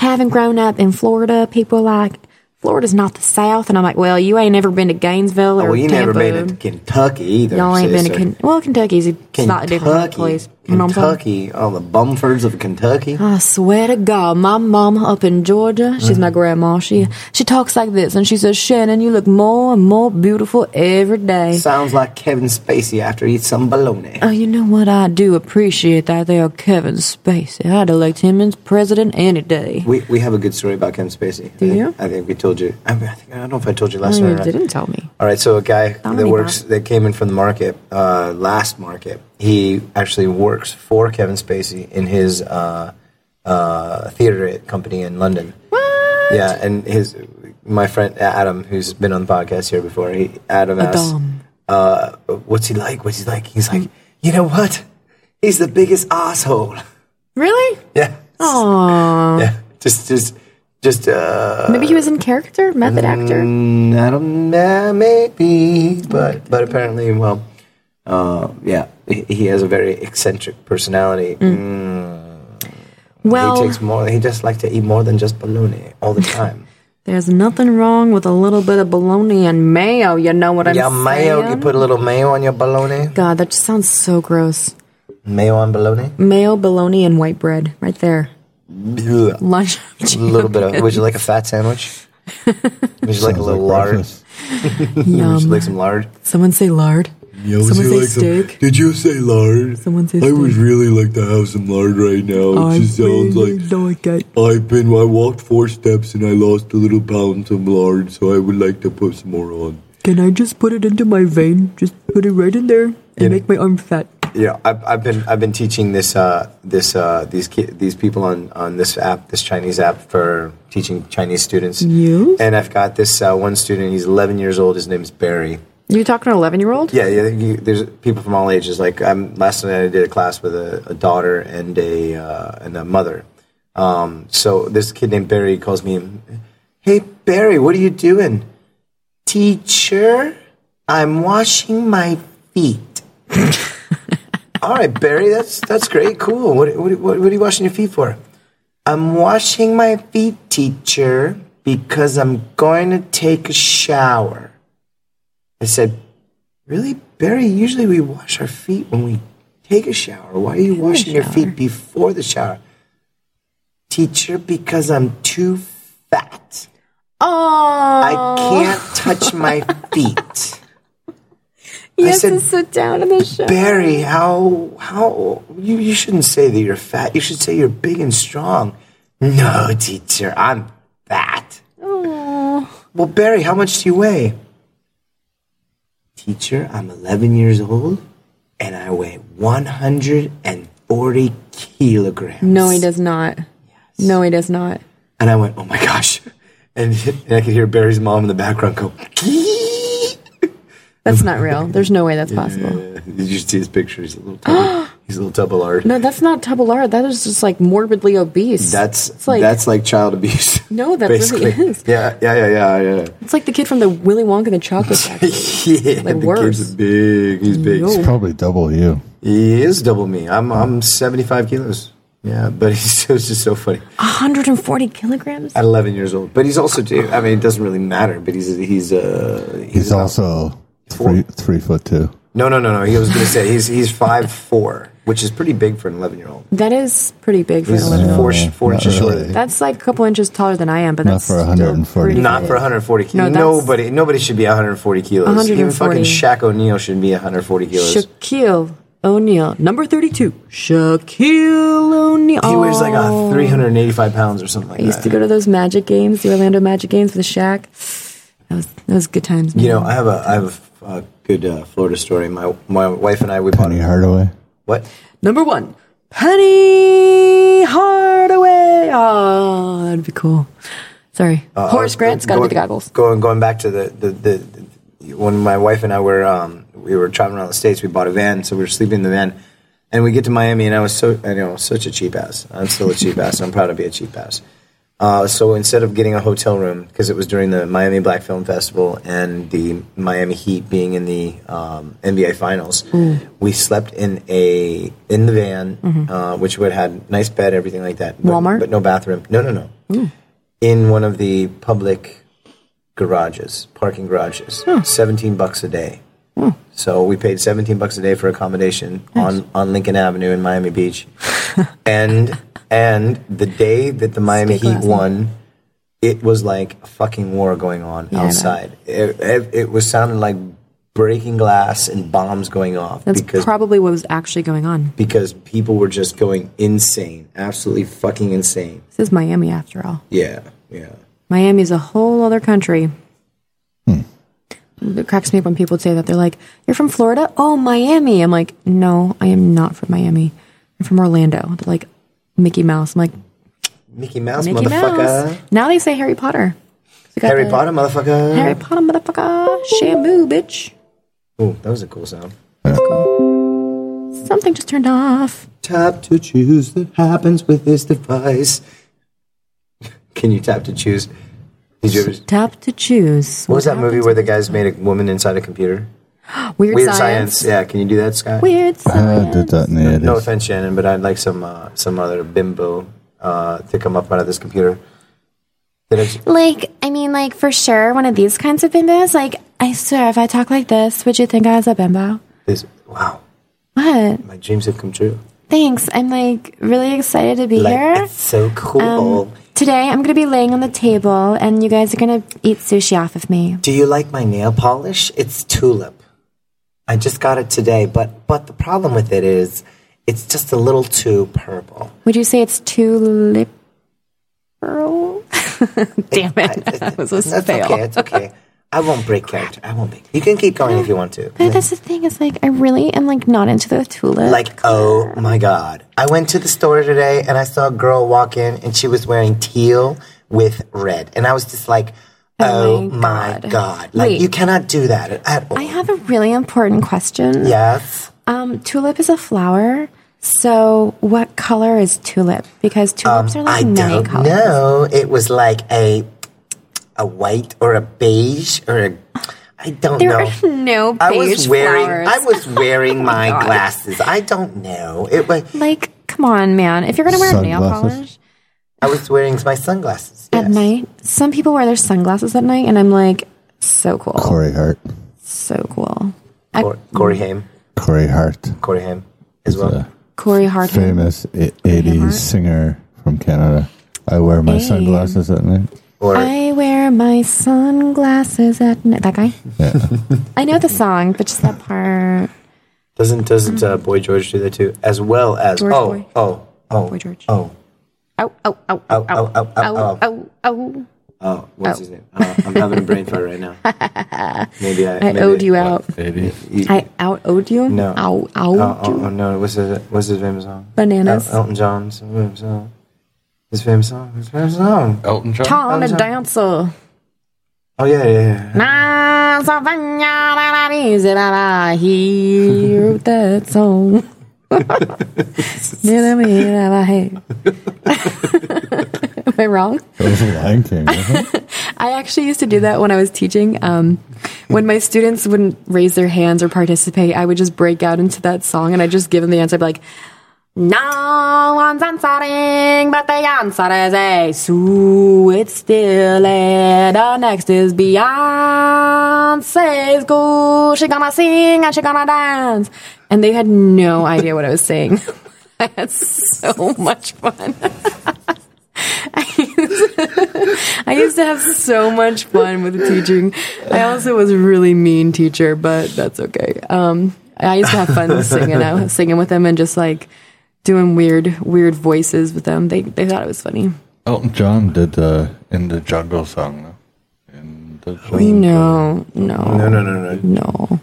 S2: having grown up in Florida, people are like, Florida's not the South. And I'm like, well, you ain't ever been to Gainesville or
S3: Oh, Well, you
S2: Tampa.
S3: never been to Kentucky either.
S2: Y'all ain't been to
S3: sister.
S2: Ken- well, Kentucky's a slightly different
S3: Kentucky,
S2: place. You know what I'm saying?
S3: Kentucky, all the Bumfords of Kentucky.
S2: I swear to God, my mom up in Georgia, she's my grandma. She she talks like this, and she says, "Shannon, you look more and more beautiful every day."
S3: Sounds like Kevin Spacey after he eats some bologna.
S2: Oh, you know what? I do appreciate that there, Kevin Spacey. I'd elect him as president any day.
S3: We, we have a good story about Kevin Spacey.
S2: Do
S3: I think,
S2: you?
S3: I think we told you. I, mean, I, think, I don't know if I told you
S2: Oh,
S3: last night.
S2: you
S3: or not.
S2: didn't tell me.
S3: All right, so a guy that
S2: me
S3: works
S2: that.
S3: that came in from the market uh, last market, he actually works for Kevin Spacey in his uh, uh, theater company in London. What? Yeah, and his my friend Adam, who's been on the podcast here before, he Adam asked,
S2: Adam.
S3: uh, "What's he like? What's he like?" He's like, "You know what? He's the biggest asshole." (laughs)
S2: Really?
S3: yeah,
S2: Aww.
S3: yeah, just just just. Uh,
S2: Maybe he was in character, method actor.
S3: Mm, I don't know, maybe, but but apparently, well, uh, yeah, he, he has a very eccentric personality.
S2: Mm. Well,
S3: he takes more. He just likes to eat more than just bologna all the time.
S2: there's nothing wrong with a little bit of bologna and mayo. You know what (laughs) I'm
S3: yeah,
S2: saying?
S3: mayo. You put a little mayo on your bologna.
S2: God, that just sounds so gross.
S3: Mayo on bologna.
S2: Mayo, bologna, and white bread, right
S4: (laughs)
S2: there.
S3: Blech.
S2: Lunch.
S3: A little bit of. Would you like a fat
S2: (laughs)
S3: sandwich? Would you like a
S5: Sounds
S3: little lard?
S5: breakfast.
S3: Would you
S2: Yum.
S3: like some lard?
S2: Someone say lard. Someone say steak.
S6: did you say lard?
S2: Someone say
S6: I would
S2: steak.
S6: really like to have some lard right now. It just sounds like Oh,
S2: like it.
S6: I've been. I walked four steps and I lost a little pound of lard, so I would like to put some more on.
S2: Can I just put it into my vein? Just put it right in there and make my arm fat.
S3: Yeah, I've, I've been I've been teaching this uh, this uh, these ki- these people on, on this app, this Chinese app for teaching Chinese students.
S2: Yes.
S3: And I've got this uh, one student. He's 11 years old. His name's Barry.
S4: You talking to an eleven year old?
S3: Yeah, yeah. You, there's people from all ages. Like I'm last night, I did a class with a, a daughter and a uh, and a mother. Um, so this kid named Barry calls me, "Hey Barry, what are you doing?" Teacher, I'm washing my feet. (laughs) all right, Barry, that's that's great, cool. What what what, what are you washing your feet for? I'm washing my feet, teacher, because I'm going to take a shower. I said, Really, Barry? Usually we wash our feet when we take a shower. Why are you washing your feet before the shower? Teacher, because I'm too fat.
S4: Oh,
S3: I can't touch my
S4: (laughs)
S3: feet.
S4: He
S3: I
S4: has
S3: said,
S4: to sit down in the shower.
S3: Barry, how how you, you shouldn't say that you're fat. You should say you're big and strong. No, teacher, I'm fat. Well, Barry, how much do you weigh? Teacher, I'm 11 years old and I weigh 140 kilograms.
S4: No, he does not. No, he does not.
S3: And I went, oh my gosh. And, and I could hear Barry's mom in the background go, "Kee."
S4: That's not
S6: (laughs)
S4: real. There's no way that's possible.
S3: Did you see his picture? He's a little
S4: (gasps)
S3: tub, he's a little tubalard.
S4: No, that's not Tabulard. That is just like morbidly obese.
S3: That's
S4: It's like-
S3: that's like child abuse. (laughs)
S4: No, that really is.
S3: Yeah, yeah, yeah, yeah, yeah.
S4: it's like the kid from the Willy Wonka and the Chocolate
S3: (laughs)
S4: Factory.
S3: yeah
S4: Like
S3: the
S4: worse.
S3: kid's big. He's big.
S4: Yo.
S5: It's probably double you.
S3: He is double me. I'm I'm 75 kilos. Yeah, but (laughs) he's it's just so funny.
S4: 140 kilograms.
S3: At 11 years old, but he's also too. I mean, it doesn't really matter. But he's he's uh he's,
S5: He's
S3: about-
S5: also three three foot two.
S3: no no no no. He was gonna say he's he's five four, which is pretty big for an 11 year old.
S4: That is pretty big for an
S3: He's
S4: 11 year old.
S3: four, sh- four
S5: Not
S3: inches shorter.
S5: really.
S4: That's like a couple inches taller than I am, but
S5: Not
S4: that's
S5: for
S4: still
S5: 140.
S4: pretty
S3: Not
S4: big.
S3: for 140
S4: No,
S3: kilos.
S4: that's-
S3: nobody, nobody should be 140 kilos. Even
S4: 140.
S3: fucking Shaq O'Neal should be 140 kilos.
S4: Shaquille O'Neal, number 32. Shaquille O'Neal. Oh,
S3: he weighs like a 385 pounds or something like
S4: I used
S3: that.
S4: to go to those Magic games, the Orlando Magic games with Shaq. That was, that was good times. Man.
S3: you know, I have a I have a good uh, Florida story. My my wife and I we bought
S5: Penny Hardaway.
S3: what?
S4: Number one, Penny Hardaway. Oh, that'd be cool. Sorry.
S3: Uh,
S4: Horace Grant's got to
S3: Go-
S4: be the goggles.
S3: Going going back to the the, the the when my wife and I were um we were traveling around the states, we bought a van, so we were sleeping in the van. And we get to Miami, and I was so you know such a cheap ass. I'm still a cheap ass. I'm proud to be a cheap ass. Uh, so instead of getting a hotel room, because it was during the Miami Black Film Festival and the Miami Heat being in the um, NBA Finals,
S4: Mm.
S3: we slept in a in the van, uh, which would had nice bed, everything like that. But-
S4: Mm-hmm. Walmart?
S3: but no bathroom. No, no, no. In one of the public garages, parking garages, seventeen bucks a day.
S4: Hmm.
S3: So we paid 17 bucks a day for accommodation on, on Lincoln Avenue in Miami Beach. (laughs) and and the day that the Miami
S4: Stick
S3: Heat
S4: last
S3: won, it was like a fucking war going on
S4: I know.
S3: outside. It, it, it was sounding like breaking glass and bombs going off
S4: That's
S3: because
S4: probably what was actually going on.
S3: because people were just going insane, absolutely fucking insane.
S4: This is Miami, after all.
S3: Yeah, yeah.
S4: Miami's a whole other country. It cracks me up when people say that. They're like, You're from Florida? Oh, Miami. I'm like, No, I am not from Miami. I'm from Orlando. They're like, Mickey Mouse. I'm like,
S3: Mickey Mouse,
S4: Mickey
S3: motherfucker.
S4: Mouse. Now they say Harry Potter. We got
S3: Harry
S4: the-
S3: Potter, motherfucker.
S4: Harry Potter, motherfucker. Shamu, bitch.
S3: oh, that was a cool sound.
S4: Something just turned off.
S3: tap to choose that happens with this device. Can you tap to choose? Did you ever,
S4: Tap to choose.
S3: what was that movie where the guys made a woman inside a computer?
S4: Weird,
S3: Weird
S4: science.
S3: science. Yeah, can you do that, Scott?
S4: Weird
S5: I
S4: science.
S5: Ah, did that in the eighties.
S3: No offense, Shannon, but I'd like some uh, some other bimbo uh, to come up out of this computer. Did I,
S7: Like, I mean, like, for sure, one of these kinds of bimbos. Like,
S4: I swear, if I talk like this, would you think I was a bimbo?
S3: this, wow,
S4: What?
S3: my dreams have come true.
S4: Thanks. I'm like really excited to be
S3: Like,
S4: here. Um,
S3: it's so cool.
S4: Today, I'm going to be laying on the table and you guys are going to eat sushi off of me.
S3: Do you like my nail polish? It's tulip. I just got it today, but but the problem with it is it's just a little too purple.
S4: Would you say it's too lip? (laughs) Damn it. (laughs) that was a
S3: That's
S4: fail.
S3: okay. It's okay. I won't break character. I won't break. You can keep going if you want to.
S7: but that's the thing is, like, I really am, like, not into the tulip.
S3: Like, oh my God. I went to the store today and I saw a girl walk in and she was wearing teal with red. And I was just like,
S4: Oh
S3: Oh my god! Like
S4: Wait.
S3: you cannot do that at, at all.
S4: I have a really important question.
S3: Yes.
S4: Um, tulip is a flower. So, what color is tulip? Because tulips are like
S3: Um, I
S4: nine
S3: don't
S4: colors.
S3: know. It was like a a white or a beige or a I don't
S4: There
S3: know.
S4: are (laughs) no
S3: I was
S4: beige
S3: wearing
S4: flowers. Oh
S3: I
S4: (laughs)
S3: was wearing my,
S4: God.
S3: glasses. I don't know. It was
S4: Like, come on, man. If you're going to wear nail polish
S3: Sunglasses? I was wearing my sunglasses.
S4: at night, some people wear their sunglasses at night, and I'm like, so cool.
S5: Corey Hart.
S4: So cool. I- Mm.
S3: Cor- Corey Haim.
S5: Corey Hart.
S3: Corey Haim as well.
S4: Corey Hart.
S5: Famous i- 80s singer from Canada. I wear my
S4: Hey.
S5: sunglasses at night.
S4: I wear my sunglasses at night. That guy?
S5: Yeah.
S4: I know the song, but just that part.
S3: Doesn't doesn't uh, Boy George do that too? As well as
S4: Mm. George
S3: oh,
S4: Boy.
S3: oh oh
S4: Boy George.
S3: oh
S4: Oh, oh, oh,
S3: oh oh oh oh
S4: oh,
S3: oh
S4: oh, oh.
S3: oh what's
S4: Oh.
S3: his name? Uh, I'm having a brain fart right
S4: (laughs)
S3: now. Maybe I, oh,
S4: I
S3: maybe-
S4: owed you out.
S5: Maybe.
S4: I out owed you?
S3: No.
S4: Ow, ow.
S3: Oh, oh, oh, no! What's his What's his famous song?
S4: Bananas.
S3: El- Elton John's famous song. His famous song. His famous song.
S2: Elton John.
S4: Tom the dancer.
S3: Oh yeah, yeah, yeah.
S4: Nah, so when you're not easy, that I hear that song. Never me that I hate. Am I wrong?
S5: It was a Lion King.
S4: (laughs)
S5: wasn't it?
S4: I actually used to do that when I was teaching. Um, when my students wouldn't raise their hands or participate, I would just break out into that song and I'd just give them the answer. I'd be like, no one's answering, but the answer is A. So it's still A. The next is Beyonce's cool. She gonna sing and she gonna dance. And they had no idea what I was saying. (laughs) I had so much fun. (laughs) I used to have so much fun with teaching. I also was a really mean teacher, but that's okay. Um, I used to have fun singing out, singing with them, and just like doing weird, weird voices with them. They they thought it was funny.
S5: Elton John did uh, in the jungle song. though. In the jungle.
S4: No, no,
S5: No, no, no,
S3: no,
S4: no.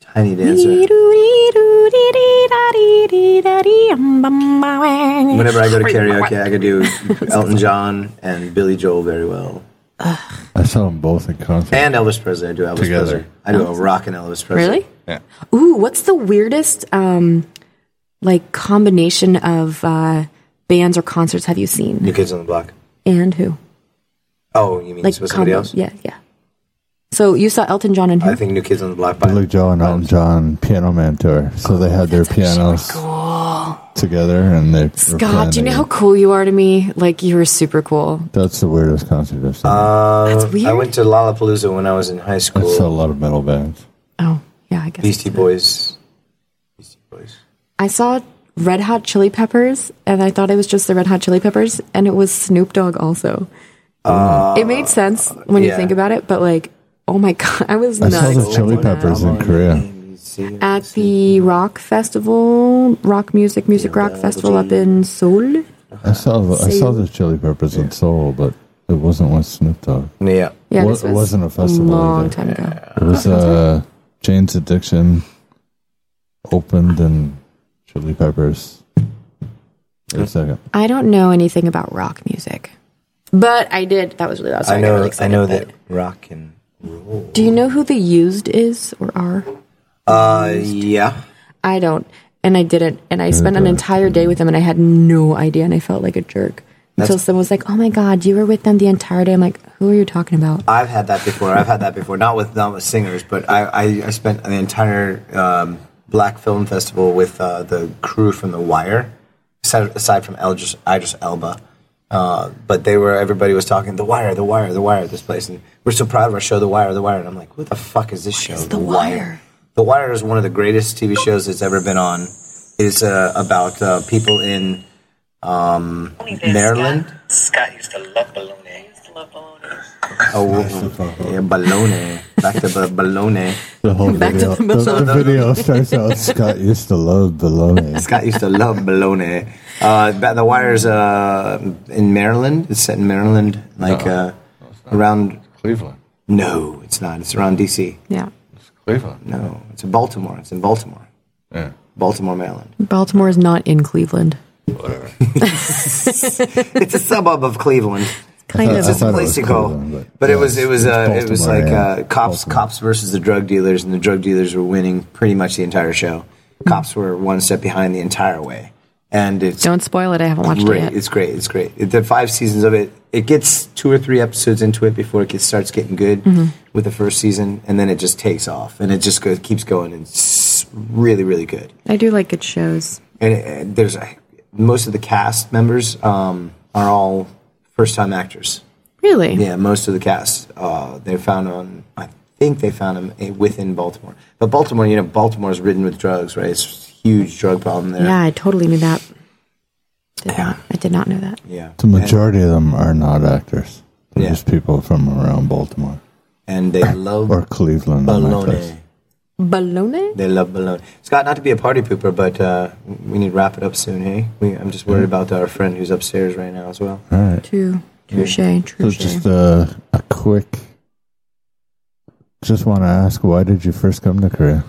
S3: Tiny dancer.
S4: Whenever
S3: Whenever I go to karaoke, I could
S4: (laughs)
S3: do Elton John and Billy Joel very well,
S5: I saw them both in concert.
S3: and Elvis Presley. I do Elvis
S5: Together.
S3: Presley. I do a rock and Elvis Presley.
S4: Really?
S5: Yeah.
S4: Ooh, what's the weirdest um like combination of uh bands or concerts have you seen?
S3: New Kids on the Block.
S4: And who?
S3: Oh, you mean with somebody
S4: combo-
S3: else?
S4: Yeah, yeah. So you saw Elton John and who?
S3: I think New Kids on the Block. By
S5: Billy Joe and Elton John Piano Man tour. So they had their pianos together, and they were playing
S4: Scott, do you know
S5: it.
S4: how cool you are to me? Like you were super cool.
S5: That's the weirdest concert I've
S3: Uh,
S5: seen.
S3: I
S4: weird.
S3: went to Lollapalooza when I was in high
S5: I saw a
S3: school.
S5: lot of metal bands.
S4: Oh, yeah, I guess.
S3: Beastie Boys.
S4: I saw Red Hot Chili Peppers and I thought it was just the Red Hot Chili Peppers and it was Snoop Dogg also. it made sense when you
S5: yeah.
S4: think about it, but like, oh my god, I was
S5: I
S4: nuts.
S5: saw the Chili Peppers in Korea.
S4: at the rock festival, rock music, music rock festival up in Seoul.
S5: I saw the, I saw the Chili Peppers in Seoul, but it wasn't with Snoop Dogg.
S3: Yeah,
S4: Yeah,
S5: Wa-
S4: this
S5: it
S4: was
S5: wasn't a festival.
S4: long
S5: either.
S4: time ago.
S5: It was uh, Jane's Addiction opened and Chili Peppers. Wait a second.
S4: I don't know anything about rock music, but I did. That was really awesome.
S3: I know. I know that rock and
S4: Do you know who the used is or are?
S3: uh, yeah.
S4: I don't, and I didn't, and I spent an entire day with them, and I had no idea, and I felt like a jerk until
S3: That's-
S4: someone was like, "Oh my god, you were with them the entire day." I'm like, "Who are you talking about?"
S3: I've had that before. I've had that before. Not with not with singers, but I I, I spent the entire um, Black Film Festival with uh, the crew from The Wire, aside, aside from Eldris, Idris Elba. Uh, but they were everybody was talking The Wire, The Wire, The Wire. This place, and we're so proud of our show, The Wire, The Wire. And I'm like, what the fuck is this show? the Wire? The Wire is one of the greatest TV shows that's ever been on. It is uh, about uh, people in um, Maryland.
S10: Scott used to love bologna. I used to love bologna.
S3: Oh, yeah, baloney. Back to the baloney.
S5: The whole
S3: Back to
S5: video.
S3: the
S5: the, the
S3: baloney.
S5: video starts out. Scott used to love baloney.
S3: Scott used to love baloney. Uh, but the Wire's uh, in Maryland. It's set in Maryland, like uh, around
S2: Cleveland.
S3: No, it's not. It's around D.C.
S4: Yeah,
S2: Cleveland.
S3: No, it's in Baltimore. It's in Baltimore.
S2: Yeah.
S3: Baltimore, Maryland.
S4: Baltimore is not in Cleveland.
S3: it's a suburb of Cleveland. Kind of. It's a place to go, but it was it was uh, it was like uh, cops cops versus the drug dealers, and the drug dealers were winning pretty much the entire show. Cops were one step behind the entire way, and it's
S2: Don't spoil it. I haven't watched
S3: great.
S2: it yet.
S3: It's great. It's great. It, the five seasons of it, it gets two or three episodes into it before it gets, starts getting good
S2: Mhm.
S3: with the first season, and then it just takes off, and it just goes, keeps going, and it's really, really good.
S2: I do like good shows.
S3: And, and there's a, most of the cast members um, are all first time actors.
S2: Really?
S3: Yeah, most of the cast. Uh, they found on, I think they found them eh, within Baltimore. But Baltimore, you know, Baltimore is ridden with drugs, right? It's a huge drug problem there.
S2: Yeah, I totally knew that. Did not- I did not know that.
S3: Yeah.
S5: The majority of them are not actors. They're
S3: Yeah.
S5: just people from around Baltimore
S3: And
S5: (coughs)
S3: they love
S5: or Cleveland. in my
S3: Baloney.
S5: case.
S2: Baloney?
S3: They love baloney. Scott, not to be a party pooper, but uh, we need to wrap it up soon, hey? We, I'm just worried
S5: Mm-hmm.
S3: about our friend who's upstairs right now as well.
S5: All right.
S2: True. Touche.
S5: So just uh, a quick. Just want to ask, why did you first come to Korea?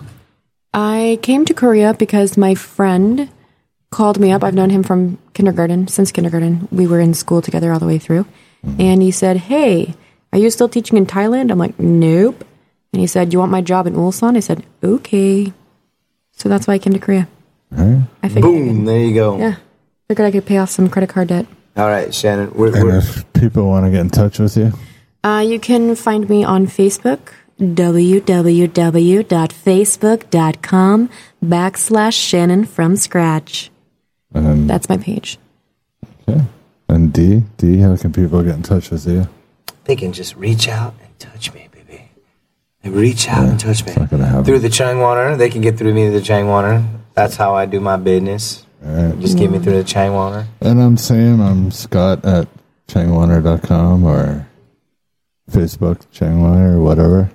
S2: I came to Korea because my friend called me up. I've known him from kindergarten, since kindergarten. We were in school together all the way through. And he said, Hey, are you still teaching in Thailand? I'm like, Nope. And he said, You want my job in Ulsan? I said, Okay. So that's why I came to Korea. I figured
S3: Boom, Mm, there you go.
S2: Yeah. Figured I could pay off some credit card debt.
S3: All right, Shannon. We're,
S5: And if people want to get in touch with you,
S2: Uh, you can find me on Facebook, www.facebook.com backslash Shannon from scratch.
S5: and
S2: That's my page.
S5: and D D, how can people get in touch with you?
S3: They can just reach out and touch me, baby. They reach out and touch me.
S5: Not gonna happen.
S3: Through the Changwaner, they can get through me to the Changwaner. That's how I do my business.
S5: Alright.
S3: Just get me through the Changwaner.
S5: And I'm Sam. I'm Scott at changwaner.com or Facebook Changwaner or whatever.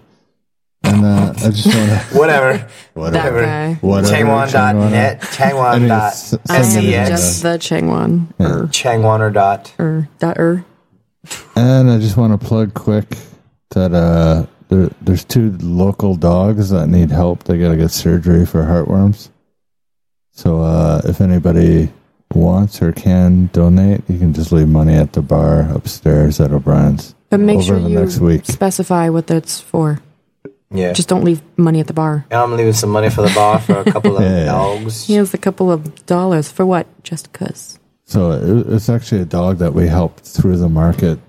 S5: And uh, I just want to
S3: Whatever.
S5: (laughs) Whatever.
S2: guy.
S5: Whatever,
S3: Changwon.net.
S5: I mean, it's-
S3: Changwon.net.
S2: I am
S3: SEX.
S2: just the Changwon.
S3: Changwaner. Dot.
S2: Er, dot er.
S5: And I just want to plug quick that uh, there, there's two local dogs that need help. They got to get surgery for heartworms. So uh, if anybody wants or can donate, you can just leave money at the bar upstairs at O'Brien's
S2: But make
S5: over
S2: sure
S5: the
S2: you
S5: next week.
S2: specify what that's for.
S3: Yeah.
S2: Just don't leave money at the bar.
S3: And I'm leaving some money for the bar for a
S5: (laughs)
S3: couple of dogs. He
S2: has a couple of dollars. For what? Just cuz.
S5: So it, it's actually a dog that we helped through the market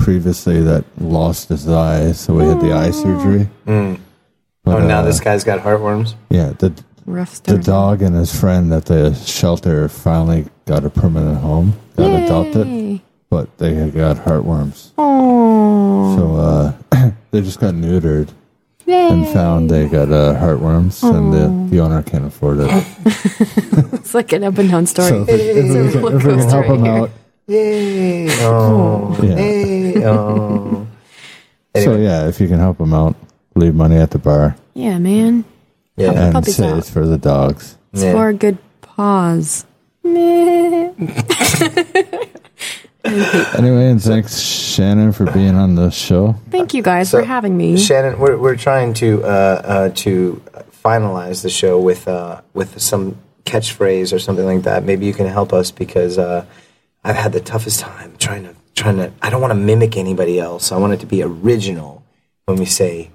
S5: previously that lost his eye, so we had the eye surgery.
S3: Mm.
S5: But,
S3: oh, now
S5: uh,
S3: this guy's got heartworms.
S5: Yeah, the
S2: Rough
S5: the dog and his friend at the shelter finally got a permanent home, got adopted, but they had got heartworms.
S2: Oh.
S5: So uh, (clears throat) they just got neutered and found they got uh, heartworms, and the, the owner can't afford it.
S2: it's like an up and down story.
S5: So if, we- if we can, if we can help him out,
S3: Yay. Oh.
S5: (laughs) Yeah.
S3: Hey. Oh.
S5: so yeah, if you can help him out, leave money at the bar
S2: Yeah, man. Help the
S5: and
S2: puppies
S5: say
S2: out.
S5: it's for the dogs.
S2: It's for a good pause. Meh.
S5: Anyway, and thanks Shannon for being on the show.
S2: Thank you guys for having me.
S3: Shannon, we're, we're trying to uh, uh, to finalize the show with uh, with some catchphrase or something like that. Maybe you can help us because uh, I've had the toughest time trying to trying to. I don't want to mimic anybody else. I want it to be original when we say.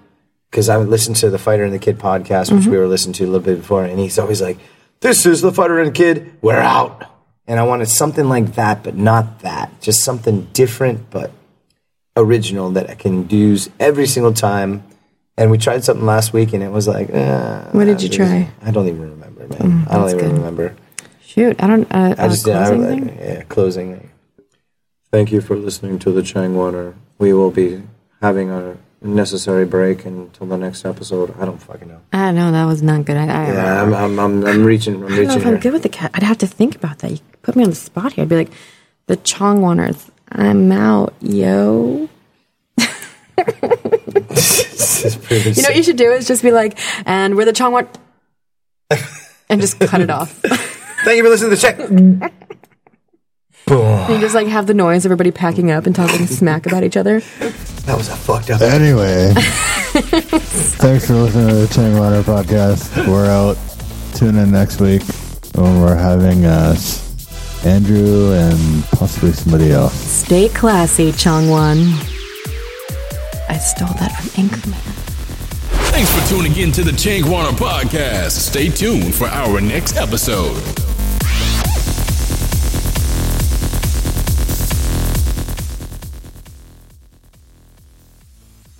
S3: Because I listened to the Fighter and the Kid podcast, which we were listening to a little bit before, and he's always like, "This is the Fighter and Kid. We're out." And I wanted something like that, but not that. Just something different, but original that I can use every single time. And we tried something last week, and it was like, eh,
S2: What did you
S3: I don't
S2: try?
S3: even- I don't even remember, man.
S2: Mm,
S3: I don't
S2: that's
S3: even
S2: good.
S3: remember.
S2: Shoot, I don't. Uh,
S3: I just
S2: uh,
S3: did. I,
S2: closing
S3: I-
S2: thing?
S3: yeah, closing. Thank you for listening to the Changwater. We will be having our necessary break until the next episode. I don't fucking know.
S2: I don't know. That was not good. I, I,
S3: Yeah, I'm, I'm, I'm, I'm reaching. I'm
S2: I don't know
S3: reaching
S2: if I'm
S3: here.
S2: good with the cat. I'd have to think about that. You put me on the spot here. I'd be like, the Chong Wanners. I'm out, yo.
S3: (laughs) This is pretty
S2: You know what you should do is just be like, and we're the Chong Wan, and just cut it off.
S3: Thank you for listening to the check. Boom.
S2: you just like have the noise, everybody packing up and talking smack about each other.
S3: That was a fucked up.
S5: Anyway, thanks for listening to the Chain Water podcast. We're out. Tune in next week when we're having uh, Andrew and possibly somebody else.
S2: Stay classy, Changwon.
S11: I stole that from Anchorman.
S1: Thanks for tuning in to the Changwana Podcast. Stay tuned for our next episode.